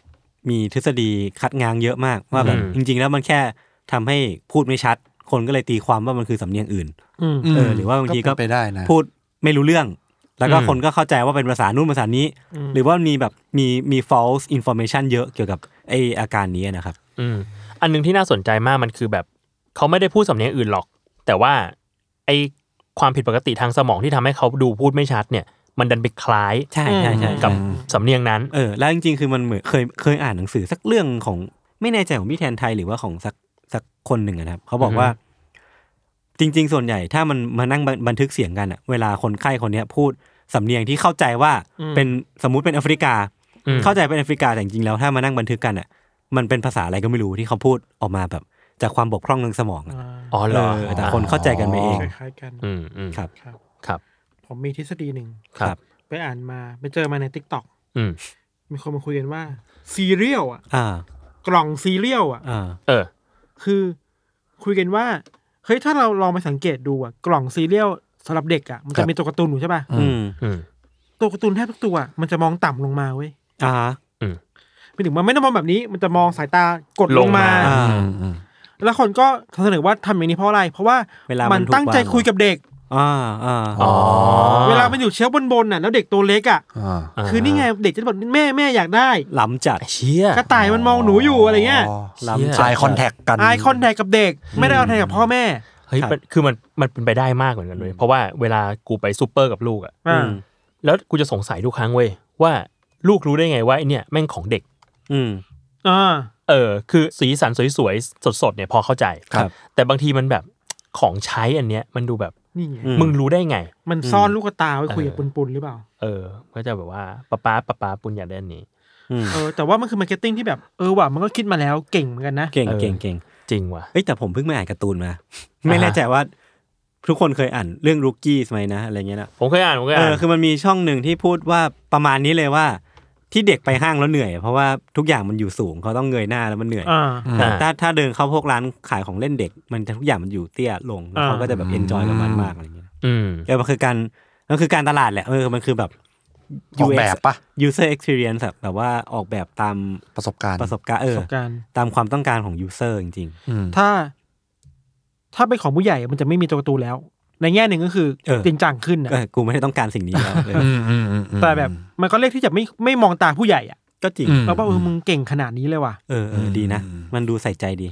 Speaker 2: มีทฤษฎีคัดง้างเยอะมากว่าแบบ
Speaker 3: อืม
Speaker 2: จริง ๆ แล้วมันแค่ทำให้พูดไม่ชัด คนก็เลยตีความว่ามันคือสำเนียงอื่น
Speaker 5: อืม
Speaker 2: เออหรือว่าบางทีก็
Speaker 4: เป็นไปได้นะ
Speaker 2: พูดไม่รู้เรื่อง แล้วก็
Speaker 3: อืม
Speaker 2: คนก็เข้าใจว่าเป็นภาษานู่นภาษานี้
Speaker 5: อืม
Speaker 2: หรือว่ามีแบบมีมี false information เยอะเกี่ยวกับไออาการนี้นะครับ
Speaker 3: อืมอันหนึงที่น่าสนใจมากมันคือแบบเขาไม่ได้พูดสำเนียงอื่นหรอก แต่ว่าไอความผิดปกติทางสมองที่ทำให้เขาดูพูดไม่ชัดเนี่ย มันดันไปคล้าย
Speaker 2: ใช่ใช่ใช่
Speaker 3: กับ
Speaker 2: ใช่
Speaker 3: สำเนียงนั้น
Speaker 2: เออแล้วจริงๆ คือมันเหมือนเคยเคยอ่านหนังสือสักเรื่องของไม่แน่ใจของพี่แทนไทยหรือว่าของสักสักคนหนึ่งอะนะครับ เขาบอก
Speaker 3: อือฮึ
Speaker 2: ว่า จริง ๆ ส่วนใหญ่ถ้ามันมานั่งบันบันทึกเสียงกันอะเวลาคนไข้คนเนี้ยพูดสำเนียงที่เข้าใจว่า
Speaker 5: อืม
Speaker 2: เป็นสมมุติเป็นแอฟริกา
Speaker 3: อืม
Speaker 2: เข้าใจเป็นแอฟริกาแต่จริงๆแล้วถ้ามานั่งบันทึกกันอ่ะ มันเป็นภาษาอะไรก็ไม่รู้ที่เขาพูดออกมาแบบ จากความบกพร่องทางสมองอะ
Speaker 5: อ่า
Speaker 3: อ๋อเหรอ
Speaker 2: เออแต่คนเข้าใจกันไปเอง
Speaker 5: คล้ายๆกัน
Speaker 3: อืมอืม
Speaker 2: ครับ
Speaker 5: ครับ
Speaker 3: ครับ
Speaker 5: ผมมีทฤษฎีหนึ่ง
Speaker 3: ครับ
Speaker 5: ไปอ่านมาไปเจอมาในทิกตอก
Speaker 3: อืม
Speaker 5: มีคนมาคุยกันว่าซีเรียลอ่ะ
Speaker 2: อ่าก
Speaker 5: ล่องซีเรียลอ่ะ
Speaker 2: อ่า
Speaker 3: เออ
Speaker 5: คือคุยกันว่าเฮ้ยถ้าเราลองไปสังเกตดูอ่ะกล่องซีเรียลสำหรับเด็กอ่ะมัน
Speaker 4: ครั
Speaker 5: จะ
Speaker 4: บ
Speaker 5: มีตัวการ์ตูนอยู่ใช่ป่ะ
Speaker 2: อืม
Speaker 3: อืม
Speaker 5: ตัวการ์ตูนแทบทุกตัวมันจะมองต่ำลงมาเว้ย
Speaker 2: อ่า
Speaker 5: ไม่ถึงมันไม่ได้มองแบบนี้ มันจะมองสายตากดล
Speaker 3: ล
Speaker 5: ง
Speaker 3: ง
Speaker 5: มา
Speaker 3: มา
Speaker 2: อ่า
Speaker 4: อืมอืม
Speaker 5: แล้วคนก็เสนอว่าทำอย่างนี้เพราะอะไร เพราะว่า
Speaker 2: เวลามั
Speaker 5: มัน น
Speaker 2: ถูก
Speaker 5: ตั้งใจ
Speaker 2: วาง
Speaker 5: คุยกับเด็ก
Speaker 2: อ่าอ่า
Speaker 3: อ๋อ
Speaker 5: เวลามันอยู่เชลบนบนๆน่ะแล้วเด็กตัวเล็กอ่ะ
Speaker 4: อ่า
Speaker 5: คือนี่ไงเด็กจะแบบแม่แม่อยากได้
Speaker 2: ล้ำจัด
Speaker 3: ไอ้เชี่ย
Speaker 5: *laughs* กระต่ายมันมองหนูอยู่อะไรเงี้ย
Speaker 2: ล้ำ
Speaker 3: เชี่ย
Speaker 2: จัด
Speaker 4: อายคอนแทคกัน
Speaker 5: ไอคอนแทคกับเด็ก ไม่ได้เอาแทนกับพ่อแม่
Speaker 3: เฮ้ย
Speaker 2: ครับ
Speaker 3: มันคือมันมันเป็นไปได้มากเหมือนกันเลยเพราะว่าเวลากูไปซูเปอร์กับลูกอะ
Speaker 2: อื
Speaker 5: อ่าม
Speaker 3: แล้วกูจะสงสัยทุกครั้งเว้ยว่าลูกรู้ได้ไงว่าไอเนี่ยแม่งของเด็ก
Speaker 2: อืม
Speaker 5: อ่า
Speaker 3: เออคือสีสันสวยๆสดๆเนี่ยพอเข้าใจ
Speaker 2: ครับ
Speaker 3: แต่บางทีมันแบบของใช้อันเนี้ยมันดูแบบ
Speaker 5: นี่ไง
Speaker 2: อืม
Speaker 3: มึงรู้ได้ไง
Speaker 5: มันซ่อนลูกตาไว้คุยกับ
Speaker 3: เออ
Speaker 5: ปุนๆหรือเปล่า
Speaker 3: เออก็จะแบบว่าป้าป้าป้าป้าปุญญาได้อันนี้
Speaker 2: อืม
Speaker 5: เออแต่ว่ามันคือมาร์เก็ตติ้งที่แบบ เออว่ะมันก็คิดมาแล้วเก่งเหมือนกันนะ
Speaker 2: เก่ง
Speaker 3: เออ
Speaker 2: เก่งเก่ง
Speaker 3: จริงว่ะ
Speaker 2: เอ้ยแต่ผมเพิ่งมาอ่านการ์ตูนมา ไม่แน่ใจว่า ทุกคนเคยอ่านเรื่อง r ุกกี้ไหมนะอะไรเงี้ยนะ
Speaker 3: ผมเคยอ่านผมเคย
Speaker 2: เอ
Speaker 3: อ่า
Speaker 2: อน คือมันมีช่องหนึ่งที่พูดว่าประมาณนี้เลยว่า ที่เด็กไปห้างแล้วเหนื่อย เพราะว่าทุกอย่างมันอยู่สูงเขาต้องเงยหน้าแล้วมันเหนื่อย
Speaker 5: อ่า
Speaker 2: แต่
Speaker 3: อ่า
Speaker 2: ถ้าถ้าเดินเข้าพวกร้านขายของเล่นเด็ก มันจะทุกอย่างมันอยู่เตี้ยลงแล้วเขาก็จะแบบเอนจอยกับมันมากอะไรเงี้ย
Speaker 3: อืม
Speaker 2: เออมันคือการมันคือการตลาดแหละเออมันคือแบบ
Speaker 4: ออกแบบปะ
Speaker 2: user experience อะแบบว่าออกแบบตาม
Speaker 4: ประสบการณ์
Speaker 2: ประสบการณ์เอ
Speaker 5: ป
Speaker 2: อ
Speaker 5: ระสบการณ์
Speaker 2: ตามความต้องการของ user จริง
Speaker 4: อืม
Speaker 5: ถ้า ถ้าเป็นของผู้ใหญ่มันจะไม่มีตัวการ์ตูนแล้ว ในแง่หนึ่งก็คือ
Speaker 2: เออ
Speaker 5: จริงจังขึ้น
Speaker 2: ๆ
Speaker 5: นะ
Speaker 2: เออกูไม่ได้ต้องการสิ่งนี้แล้วเออ
Speaker 4: อืมอืมอืมอืม
Speaker 5: แต่แบบมันก็เรียกที่จะไม่ไม่มองตาผู้ใหญ่อะ
Speaker 2: ก็จริง
Speaker 4: อืม
Speaker 5: แล้วว่าเออมึงเก่งขนาดนี้เลยว่ะ
Speaker 2: เออเออดีนะ มันดูใส่ใจดี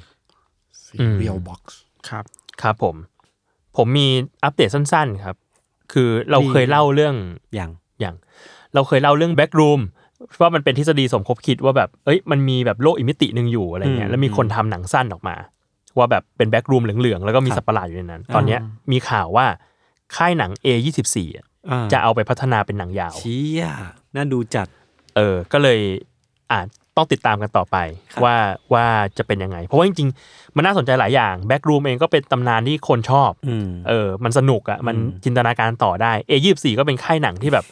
Speaker 4: ซีเรียลบ็อกซ์
Speaker 5: ครับ
Speaker 3: ครับผม ผมมีอัปเดตสั้นๆครับ คือเราเคยเล่าเรื่อง
Speaker 2: อย่าง
Speaker 3: อย่างเราเคยเล่าเรื่องแบ็กรูมว่ามันเป็นทฤษฎีสมคบคิดว่าแบบเอ้ยมันมีแบบโลกอิมิติหนึ่งอยู่อะไรเงี้ยแล้วมีคนทำหนังสั้นออกมา ว่าแบบเป็นแบ็กรูมเหลืองๆ แล้วก็มีสัตว์ประหลาดอยู่ในนั้น ตอนเนี้ยมีข่าวว่าค่ายหนัง A24 อ่ะ
Speaker 2: อ่า
Speaker 3: จะเอาไปพัฒนาเป็นหนังยาว
Speaker 2: เชี้ยน่าดูจัด
Speaker 3: เออ ก็เลยอาจต้องติดตามกันต่อไป
Speaker 2: ครับ
Speaker 3: ว่าว่าจะเป็นยังไง เพราะว่าจริงๆ มันน่าสนใจหลายอย่างแบ็กรูมเองก็เป็นตำนานที่คนชอบ
Speaker 2: อืม
Speaker 3: เออ มันสนุกอะ่ะ มันจินตนาการต่อได้ เอยี่สี่ก็เป็นค่ายหนังที่แบบ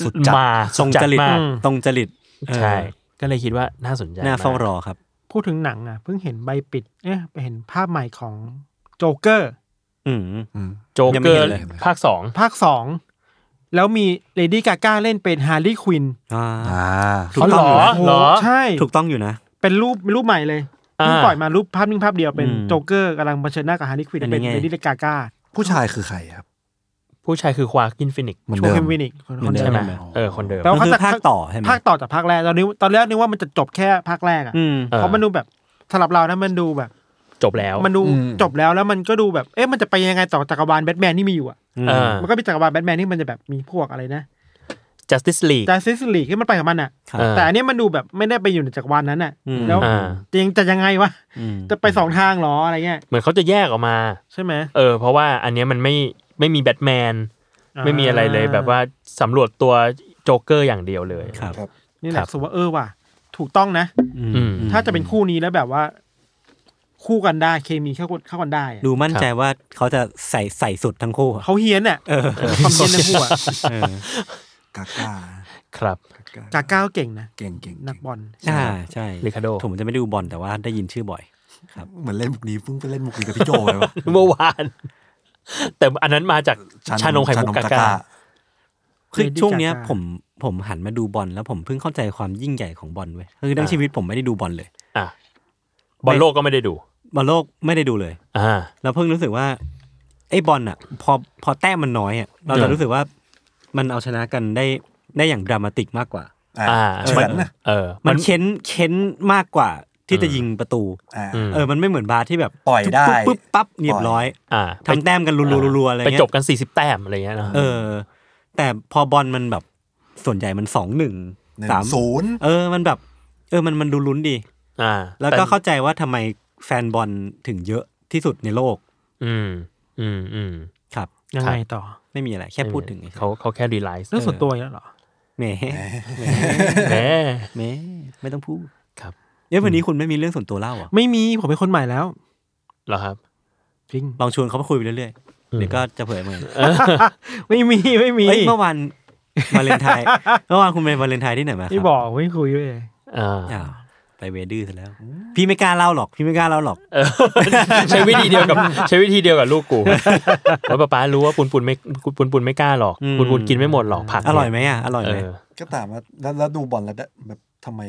Speaker 4: สุดจัด
Speaker 3: มา
Speaker 2: ตรงจริต
Speaker 3: มาก
Speaker 5: อืม
Speaker 2: ตรงจริตเออ
Speaker 3: ใช่ ก็เลยคิดว่าน่าสนใจ
Speaker 2: น่าเฝ้าร
Speaker 3: มก
Speaker 2: อครับ
Speaker 5: พูดถึงหนังอ่ะเพิ่งเห็นใบปิด เอ๊ะไปเห็นภาพใหม่ของโจเกอร์
Speaker 2: อืม
Speaker 4: อืม
Speaker 3: โจ
Speaker 2: ยัง
Speaker 3: เก
Speaker 2: ไม่
Speaker 3: อ
Speaker 2: เห็
Speaker 3: ร์
Speaker 2: นเลย
Speaker 3: ภาคสอง
Speaker 5: ภาคสองแล้วมีเลดี้กาก้าเล่นเป็นฮาร์ลีควิน
Speaker 2: อ่า
Speaker 4: อ่า
Speaker 2: ถูกต้อง
Speaker 3: เหรอเหรอ
Speaker 5: ใช่
Speaker 2: ถูกต้องอยู่นะ
Speaker 5: เป็นรูปเป็นรูปใหม่เลยเพิ่ง
Speaker 3: อ่า
Speaker 5: ปล่อยมารูปภาพนิ่งภาพเดียวเป็น
Speaker 2: อืม
Speaker 5: โจเกอร์กำลังเผชิญหน้ากับฮาร์ลีควิน
Speaker 2: อันนี้
Speaker 5: เป็น
Speaker 2: ไง
Speaker 5: เลดี้กาก้า
Speaker 4: ผู้ชายคือใครครับ
Speaker 3: ผู้ชายคือควากินฟินิกซ์
Speaker 4: เหมือน
Speaker 5: ชู
Speaker 4: เดิ
Speaker 5: เค
Speaker 4: ม
Speaker 5: มวินิกคน
Speaker 2: เหมือนเดิ
Speaker 5: เดิ
Speaker 3: ใช่
Speaker 5: ม
Speaker 3: ไหม
Speaker 4: ใช่ไหม
Speaker 3: เออคนเดิม
Speaker 5: แปลว่า
Speaker 2: มันคือ
Speaker 5: เขาจะ
Speaker 2: ภาคต่อใช่ไหม
Speaker 5: ภาคต่อจากภาคแรกตอนนี้ตอนแรกนึกว่ามันจะจบแค่ภาคแรกอ่ะ
Speaker 2: อืม
Speaker 3: เออ
Speaker 5: เพราะมันดูแบบสำหรับเรานะมันดูแบบ
Speaker 3: จบแล้ว
Speaker 5: มันดู
Speaker 4: อืม
Speaker 5: จบแล้วแล้วมันก็ดูแบบเอ๊ะมันจะไปยังไงต่อจักรวาลแบทแมนที่มีอยู่อ่ะ
Speaker 3: เออ
Speaker 5: มันก็มีจักรวาลแบทแมนที่มันจะแบบมีพวกอะไรนะ
Speaker 3: justice league
Speaker 5: แต่ซิสลีที่มันไปกับมันอ่ะ
Speaker 2: ครับ
Speaker 3: เออ
Speaker 5: แต่อันเนี้ยมันดูแบบไม่ได้ไปอยู่ในจักรวาลนั้นอ่ะ
Speaker 2: อืม
Speaker 5: แล้ว
Speaker 3: อ่า
Speaker 5: จริงจะยังไงวะ
Speaker 2: อืม
Speaker 5: จะไปสองทางเหรออะไรเงี้ย
Speaker 3: เหมือนเขาจะแยกออกมา
Speaker 5: ใช่ไหม
Speaker 3: เออ เพราะว่าอันเนี้ยมันไม่ไม่มีแบทแมน ไม่มีอะไรเลยแบบว่าสำรวจตัวโจ๊กเกอร์อย่างเดียวเลย
Speaker 2: ครับ
Speaker 5: นี่แห
Speaker 3: ครั
Speaker 5: ละ
Speaker 3: บ
Speaker 5: สมมติว่าเออว่ะถูกต้องนะ
Speaker 2: อืม
Speaker 3: อืม
Speaker 5: ถ้าจะเป็นคู่นี้แล้วแบบว่า คู่กันได้เคมีเข้ากันเข้ากันได้อะ
Speaker 2: ดูมั่นใจว่าเขาจะใส่ใส่สุดทั้งคู่อะ
Speaker 5: เขาเฮี้ยนอ่ะ
Speaker 2: เออ
Speaker 5: ความเฮี้ยนในคู่อ่ะ
Speaker 2: เออก
Speaker 4: าก้า
Speaker 3: ครับ *laughs*
Speaker 5: กาก้าก็เก่งนะ
Speaker 4: เก่งเก่ง
Speaker 5: นักบอล
Speaker 2: ใช่ใช่
Speaker 3: ลิคาโด
Speaker 2: ผมจะไม่ดูบอลแต่ว่าได้ยินชื่อบ่อย
Speaker 6: เหมือนเล่นมุกนี้เพิ่งไปเล่นมุกนี้กับพี่โจไปวะ
Speaker 3: เมื่อวาน แต่อันนั้นมาจากชานมไข่มุก
Speaker 6: ช
Speaker 3: กากา
Speaker 2: คือ
Speaker 5: Lady
Speaker 2: ช่วงเนี้ย
Speaker 5: Gaga
Speaker 2: ผมผมหันมาดูบอลแล้วผมเพิ่งเข้าใจความยิ่งใหญ่ของบอลเว้ยคือทั้ง
Speaker 3: อ่า
Speaker 2: ชีวิตผมไม่ได้ดูบอลเลย
Speaker 3: อ่ะบอลโลกก็ไม่ได้ดู
Speaker 2: บอลโลกไม่ได้ดูเลย
Speaker 3: อ่า
Speaker 2: เราเพิ่งรู้สึกว่าไอ้บอลอ่ะ พอพอแต้มมันน้อยอ่ะเราจะรู้สึกว่ามันเอาชนะกันได้ได้อย่างดรามาติกมากกว่า
Speaker 3: อ่า
Speaker 6: เฉือนนะ
Speaker 3: เออ
Speaker 2: มันเค้นเค้นมากกว่าที่จะยิงประตู
Speaker 6: อ่า
Speaker 3: อืม
Speaker 2: เออมันไม่เหมือนบาสที่แบบ
Speaker 6: ปล่อยได้
Speaker 2: ปุ๊บปุ๊บปั๊บเรียบร้อย
Speaker 3: อ่า
Speaker 2: ทำแต้มกันรัวๆอะไร
Speaker 3: ไป
Speaker 2: เงี้ย
Speaker 3: จบกันสี่สิบแต้มอะไรเงี้ยเนอะ
Speaker 2: เออ แต่พอบอลมันแบบส่วนใหญ่มันสองหนึ่ง
Speaker 6: หนึ่ง
Speaker 2: สาม
Speaker 6: ศูนย์
Speaker 2: เออมันแบบ เออมันมันดูลุ้นดี
Speaker 3: อ่า
Speaker 2: แล้วก็เข้าใจว่าทำไมแฟนบอลถึงเยอะที่สุดในโลก
Speaker 3: อืม อืมอืม
Speaker 2: ครับ
Speaker 5: ยังไงต่อ
Speaker 2: ไม่มีอะไรแค่พูดถึง
Speaker 3: เขาเขาแค่รีไลซ์
Speaker 5: เรื่องส่วนตัวอย่างเงี้ยเหรอ
Speaker 2: แหมแ
Speaker 3: แหม
Speaker 2: ม่ไม่ต้องพูด
Speaker 3: ครับ
Speaker 2: เอ๊ะวันนี้คุณไม่มีเรื่องส่วนตัวเล่าเหรอ่ะ
Speaker 5: ไม่มีผมเป็นคนใหม่แล้ว
Speaker 3: เหรอครับ
Speaker 5: จริง
Speaker 2: ลองชวนเขามาคุยไปเรื่อย เดี๋ยวก็จะเผยเหมือน
Speaker 5: ไม่มีไม่มี
Speaker 2: เอ้ยเมื่อวันวาเลนไทน์ *laughs* เมื่อวานคุณเป็นวาเลนไทน์ที่ไหนมาครั
Speaker 5: ไม่บอกไม่คุยด้วย
Speaker 3: อ่า
Speaker 2: อ้าวไปเวดื้อซะแล้ว พี่ไม่กล้าเล่าหรอกพี่ไม่กล้าเล่าหรอก
Speaker 3: เออใช้วิธีเดียวกับใช้วิธีเดียวกับลูก
Speaker 2: *laughs*
Speaker 3: กูว่าป๊าป๊ารู้ว่าปุนปุนไม่ปุนปุนไม่กล้าหรอก
Speaker 2: อืม
Speaker 3: ปุนปุนกินไม่หมดหรอกผัก
Speaker 2: อ
Speaker 3: เนี่
Speaker 2: ร่อยไหมอ่ะอร่อย
Speaker 3: เอ
Speaker 2: ไหม
Speaker 3: อ
Speaker 6: ก็ถามว่าแล้วแล้วดูบอลแล้วได้แบบทำไม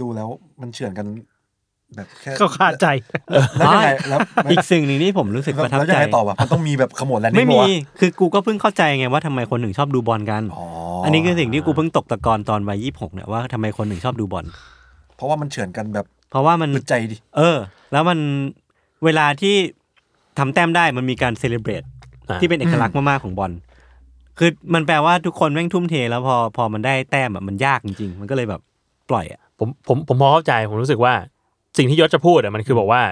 Speaker 6: ดูแล้วมันเฉือนกัน แบบแค่
Speaker 5: ก็ขาดใจ
Speaker 6: แล้วยังไงแล้ว
Speaker 2: อีกสิ่งหนึ่งที่ผมรู้สึกประทับ
Speaker 6: แล้วยั
Speaker 2: ใจ
Speaker 6: งไงต่อวะมันต้องมีแบบขโมดแล้ว
Speaker 2: ไม่มีคือกูก็เพิ่งเข้าใจไงว่าทำไมคนถึงชอบดูบอลกัน
Speaker 6: อ๋อ
Speaker 2: อั
Speaker 6: อั
Speaker 2: นนี้คือสิ่งที่กูเพิ่งตกตะกอนตอนวัยยี่หกเนี่ยว่าทำไมคนถึงชอบดูบอล
Speaker 6: เพราะว่ามันเฉือนกันแบบ
Speaker 2: เพราะว่ามัน
Speaker 6: อึดใจดิ
Speaker 2: เออ แล้วมันเวลาที่ทำแต้มได้มันมีการเซเลบรต
Speaker 3: อ่า
Speaker 2: ที่เป็นเอกลักษณ์มาก ๆ ของบอลคือมันแปลว่าทุกคนแม่งทุ่มเทแล้วพอพอมันได้แต้มอะมันยากจริง ๆ มันก็เลยแบบปล่อยอ่ะ
Speaker 3: ผมผมผมพอเข้าใจผมรู้สึกว่าสิ่งที่ยศจะพูดอ่ะมันคือบอกว่า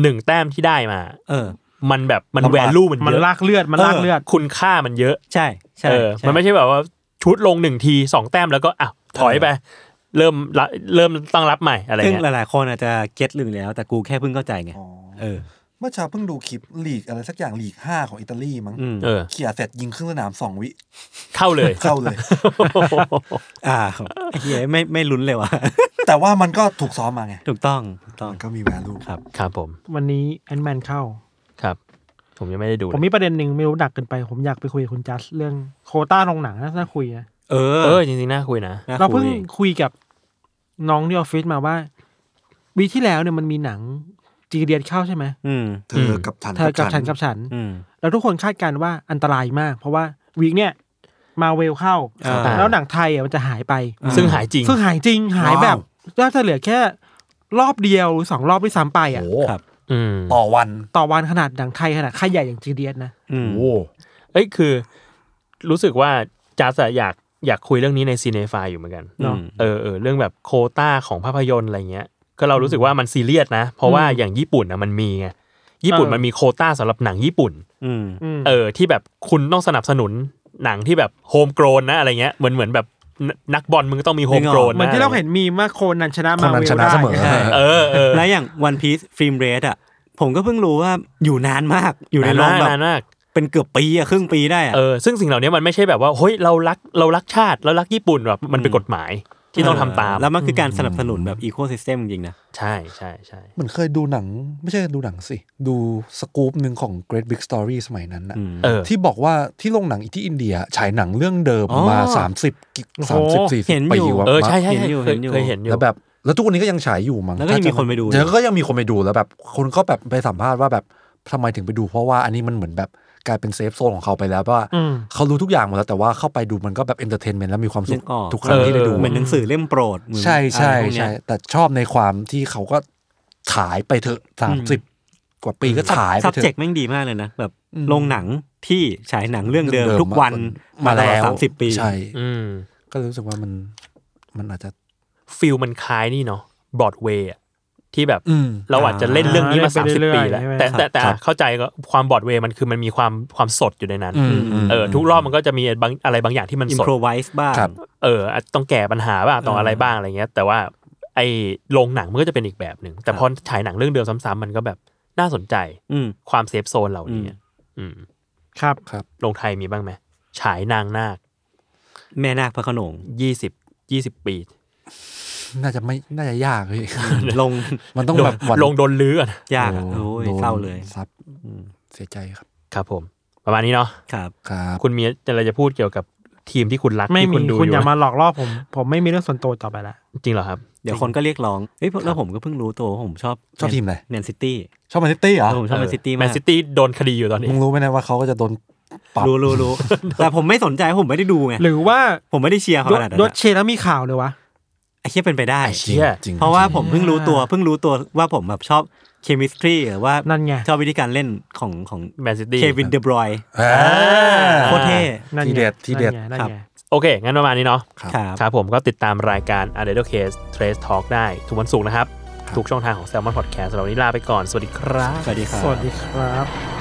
Speaker 3: หนึ่งแต้มที่ได้มา
Speaker 2: เออ
Speaker 3: มันแบบมัน
Speaker 6: มัน
Speaker 3: แว
Speaker 6: บาด
Speaker 3: ลูมัน
Speaker 5: มัน
Speaker 3: เยอะ
Speaker 5: ลากเลือดมันลากเลือด
Speaker 3: คุณค่ามันเยอะ
Speaker 2: ใช่ใช่
Speaker 3: เออ
Speaker 2: ใช่
Speaker 3: มันไม่ใช่แบบว่าชุดลงหนึ่งทีสองแต้มแล้วก็อ่ะถอย
Speaker 2: เออ
Speaker 3: ไป เริ่มละเริ่มตั้งรับใหม่อะไร
Speaker 2: ซึ่ง
Speaker 3: เงี้ย
Speaker 2: หลาย ๆ คนอาจจะเก็ตลืมแล้ว แต่กูแค่เพิ่งเข้าใจไง
Speaker 6: อ๋อ
Speaker 2: เออ
Speaker 6: เมื่อเช้าเพิ่งดูคลิปลีกอะไรสักอย่างลีกห้าของอิตาลีมั้ง
Speaker 2: อืม
Speaker 3: เออ
Speaker 6: เขี่ยเสร็จยิงครึ่งสนามสองวิ
Speaker 3: เข้าเลย
Speaker 6: เข้าเลย *laughs*
Speaker 2: อ่าเฮียไม่ไม่ลุ้นเลยว่ะ *laughs*
Speaker 6: แต่ว่ามันก็ถูกซ้อมมาไง
Speaker 2: ถูกต้องถูกต้อง
Speaker 6: มันก็มีแวลู
Speaker 2: ครับ
Speaker 3: ครับผม
Speaker 5: วันนี้แอนแมนเข้า
Speaker 3: ครับ ผมยังไม่ได้ดู
Speaker 5: ผม
Speaker 3: เลย
Speaker 5: มีประเด็นหนึ่งไม่รู้หนักเกินไป ผมอยากไปคุยกับคุณจัสเรื่องโควต้าโรงหนังน่าจะคุยนะ
Speaker 2: เออ
Speaker 3: เออจริงๆน่าคุยนะ
Speaker 2: น่
Speaker 5: เราเพิ่ง
Speaker 2: คุย
Speaker 5: คุยกับน้องที่ออฟฟิศมาว่าวีที่แล้วเนี่ยมันมีหนังจีเรียนเข้าใช่ไหม
Speaker 2: อืม
Speaker 6: เธอกับฉัน
Speaker 5: เธอกับฉันกับฉัน
Speaker 2: อืม
Speaker 5: แล้วทุกคนคาดการณ์ว่าอันตรายมาก เพราะว่าวีคเนี่ยมาเวลเข้า
Speaker 2: อ่า
Speaker 5: แล้วหนังไทยอ่ะมันจะหายไป
Speaker 3: ซึ่งหายจริง
Speaker 5: ซึ่งหายจริงหายแบบน่าจะเหลือแค่รอบเดียวหรือสองรอบด้วยซ้ำไปอ่ะ
Speaker 6: โอ้
Speaker 2: ครับ
Speaker 3: อืม
Speaker 6: ต่อวัน
Speaker 5: ต่อวันขนาดหนังไทยขนาดค่ายใหญ่อย่างจีเดียสนะ
Speaker 2: อืม
Speaker 4: โอ้
Speaker 3: เอ้ยคือ รู้สึกว่าจาสอะอยากอยากคุยเรื่องนี้ในซีเนฟาอยู่เหมือนกัน
Speaker 2: อืม
Speaker 3: เออเออเรื่องแบบโควต้าของภาพยนตร์อะไรเงี้ย ก็เรารู้สึกว่ามันซีเรียสนะ เพราะว่า
Speaker 5: อืม
Speaker 3: อย่างญี่ปุ่นนะมันมีไงญี่ปุ่น
Speaker 5: เออ
Speaker 3: มันมีโควต้าสำหรับหนังญี่ปุ่น
Speaker 2: อืม
Speaker 3: เออที่แบบคุณต้องสนับสนุนหนังที่แบบโฮมโกรนนะอะไรเงี้ยเหมือนเหมือนแบบนนักบอลมึงก็ต้องมีโฮมโกรน
Speaker 5: เหมือนที่เราเห็นมีมากโคนันชนะ
Speaker 4: ค
Speaker 5: มา
Speaker 4: นัน
Speaker 5: เวล
Speaker 4: ชนะ
Speaker 5: ได้
Speaker 4: เสมอ
Speaker 5: ไง
Speaker 2: ใช่
Speaker 3: เออเออ
Speaker 2: แล้วอย่างวันพีซฟิล์มเรสอ่ะ ผมก็เพิ่งรู้ว่าอยู่นานมาก อยู่ในโร
Speaker 3: นาง น
Speaker 2: แบ
Speaker 3: มาก
Speaker 2: บ
Speaker 3: นานมาก
Speaker 2: เป็นเกือบปีอะครึ่งปีได้อะ
Speaker 3: เออซึ่งสิ่งเหล่านี้มันไม่ใช่แบบว่าเฮ้ยเรารักเรารักชาติเรารักญี่ปุ่นแบบมันเป็น
Speaker 2: อืม
Speaker 3: กฎหมายที่ต้องทำตาม
Speaker 2: แล้วมันคือการสนับสนุนแบบอีโคซิสเต็มจริงๆนะ
Speaker 3: ใช่ใช่ใช่
Speaker 4: เหมือนเคยดูหนัง ไม่ใช่ดูหนังสิ ดูสกู๊ปหนึ่งของ Great Big Story สมัยนั้นนะ
Speaker 2: อืม
Speaker 3: เออ
Speaker 4: ที่บอกว่าที่โรงหนังที่อินเดียฉายหนังเรื่องเดิม
Speaker 2: อ๋อ
Speaker 4: มา 30กิสามสิบสี่
Speaker 2: เห็
Speaker 4: สิบ
Speaker 2: น
Speaker 4: ปี
Speaker 2: อยู่
Speaker 4: วะ
Speaker 3: เออใช่ใช่
Speaker 2: เห็นอยู่
Speaker 3: เคย
Speaker 2: เห็นอยู่
Speaker 3: เคยเห็นอยู่
Speaker 4: แล้วแบบ แล้วทุกวันนี้ก็ยังฉายอยู่มั้ง
Speaker 2: แล้วก็ยังมีคนไปดู
Speaker 4: เดี๋ยวก็ยังมีคนไปดูแล้วแบบ คนก็แบบไปสัมภาษณ์ว่าแบบทำไมถึงไปดู เพราะว่าอันนี้มันเหมือนแบบกลายเป็นเซฟโซนของเขาไปแล้วเพราะว่า
Speaker 5: อืม
Speaker 4: เขารู้ทุกอย่างหมดแล้วแต่ว่าเข้าไปดูมันก็แบบเอนเตอร์เทนเมนต์แล้วมีความสุ
Speaker 2: นึ
Speaker 4: ข
Speaker 2: กออก
Speaker 4: ทุกครั้งที่ได้ดู
Speaker 2: เหมือนหนังสือเล่มโปรดเหมือน
Speaker 4: ใช่ใช่
Speaker 2: อะไรพวกเนี้
Speaker 4: ใช่
Speaker 2: ย
Speaker 4: แต่ชอบในความที่เขาก็ขายไปเถอะสามสิบกว่าปีก็ขายไปเถ
Speaker 2: subject
Speaker 4: อะ
Speaker 2: แม่งดีมากเลยนะ แบบ
Speaker 4: อืม
Speaker 2: โรงหนังที่ฉายหนังเรื่องเดิมทุกวันมา
Speaker 4: มา
Speaker 2: ตลอด
Speaker 4: แล้ว
Speaker 2: สามสิบปี
Speaker 4: ใช่
Speaker 3: อืม
Speaker 4: ก็รู้สึกว่ามันมันอาจจะ
Speaker 3: ฟิลมันคล้ายนี่เนาะบรอดเวย์ที่แบบ
Speaker 4: อืม
Speaker 3: เราอาจจะเล่นเรื่องนี้มา
Speaker 5: อ่า
Speaker 3: สามสิบ
Speaker 5: เล่นไป
Speaker 3: ปี
Speaker 5: เรื่
Speaker 3: แล้ว
Speaker 5: อยๆใช่ไหม
Speaker 3: แต่แต่แต่
Speaker 4: ครับ
Speaker 3: เข้าใจก็ความบอดเวย์มันคือมันมีความความสดอยู่ในนั้น
Speaker 4: อืมม
Speaker 3: เออทุกรอบมันก็จะมีบางอะไรบางอย่างที่มันสด
Speaker 2: improvise บ้าง
Speaker 4: ครับ
Speaker 3: เอออาจต้องแก้ปัญหาบ้างต้องอะไรบ้างอะไรเงี้ย แต่ว่าไอ้โรงหนังมันก็จะเป็นอีกแบบหนึ่งแต่พอฉายหนังเรื่องเดิมซ้ำๆมันก็แบบน่าสนใจ
Speaker 2: อืม
Speaker 3: ความเซฟโซนเหล่านี้
Speaker 2: อืม
Speaker 3: อืม
Speaker 5: ครับ
Speaker 3: โรงไทยมีบ้างไหมฉายนางนาค
Speaker 2: แม่นาคพระโขนง
Speaker 3: ยี่สิบยี่สิบปี
Speaker 4: น่าจะไม่น่าจะยากเลย
Speaker 2: ลง
Speaker 4: มันต้องแบบหวั่น
Speaker 3: ลงโดนลื้อก่อน
Speaker 2: ยากอะโอ้ย
Speaker 4: โดน
Speaker 2: เศร้าเลย
Speaker 4: ซับ
Speaker 2: อืม
Speaker 4: เสียใจครับ
Speaker 3: ครับผม ประมาณนี้เนาะ
Speaker 2: ครับ
Speaker 4: ครับ
Speaker 3: คุณมีอะไรจะพูดเกี่ยวกับทีมที่คุณรัก
Speaker 5: ไม่
Speaker 3: ที่
Speaker 5: มี
Speaker 3: คุณดู
Speaker 5: คุณ
Speaker 3: อ
Speaker 5: อย่ ย่ามาหลอกล่อผม ผมไม่มีเรื่องส่วนตัวต่อไปละ
Speaker 3: จริงเหรอครับ
Speaker 2: เดี๋ยวคนก็เรียกร้องเอ้ยแล้วผมก็เพิ่งรู้ตัวว่าผมชอบ
Speaker 4: ชอบทีมอะไร
Speaker 2: แมนซิตี้
Speaker 4: ชอบแมนซิตี้เหรอ
Speaker 2: ผมชอบแมนซิตี้
Speaker 3: แม
Speaker 2: มาน ก
Speaker 3: ซิตี้โดนคดีอยู่ตอนนี้
Speaker 4: มึงรู้ไหมเนะว่าเขาก็จะโดน ปรับ
Speaker 2: รู้รู้รู้ แต่ผมไม่สนใจเพราะผมไม่ได้ดูไง
Speaker 5: หรือว่า
Speaker 2: ผมไม่ได้เชียร์เขา
Speaker 5: ย
Speaker 2: ข
Speaker 5: ศ
Speaker 2: นาด
Speaker 5: ย
Speaker 2: นั้
Speaker 5: ศ
Speaker 2: นอะ
Speaker 5: เชยร์แล้วมีข่าวเลยวะ
Speaker 2: ไอ้เชี่ยเป็นไปได้
Speaker 3: เชี่ย
Speaker 4: จริงๆ
Speaker 2: เพราะว่าผม
Speaker 5: จริง
Speaker 2: เพิ่งรู้ตัวเพิ่งรู้ตัวว่าผมแบบชอบเคมิสตรีหรือว่า
Speaker 5: นั่นไง
Speaker 2: ชอบวิธีการเล่นของของ
Speaker 3: แมนซิตี้
Speaker 2: เควินเดบรอยน์
Speaker 4: อ่า
Speaker 2: โคตรเท่
Speaker 5: นั่นไง
Speaker 4: ทีเด็ดทีเด็ด
Speaker 5: นั่นไงนั่นไง
Speaker 3: โอเค งั้นประมาณนี้เนาะ
Speaker 4: ครับ
Speaker 2: ครับ
Speaker 3: ครับผมก็ติดตามรายการ a d e d o Case Trace Talk ได้ ทุกวันศุกร์นะครับ
Speaker 4: ครับ
Speaker 3: ทุกช่องทางของ Salmon Podcast สำหรับวันนี้ลาไปก่อน สวัสดีครับ
Speaker 2: สวัสดีครับ
Speaker 5: สวัสดีครับ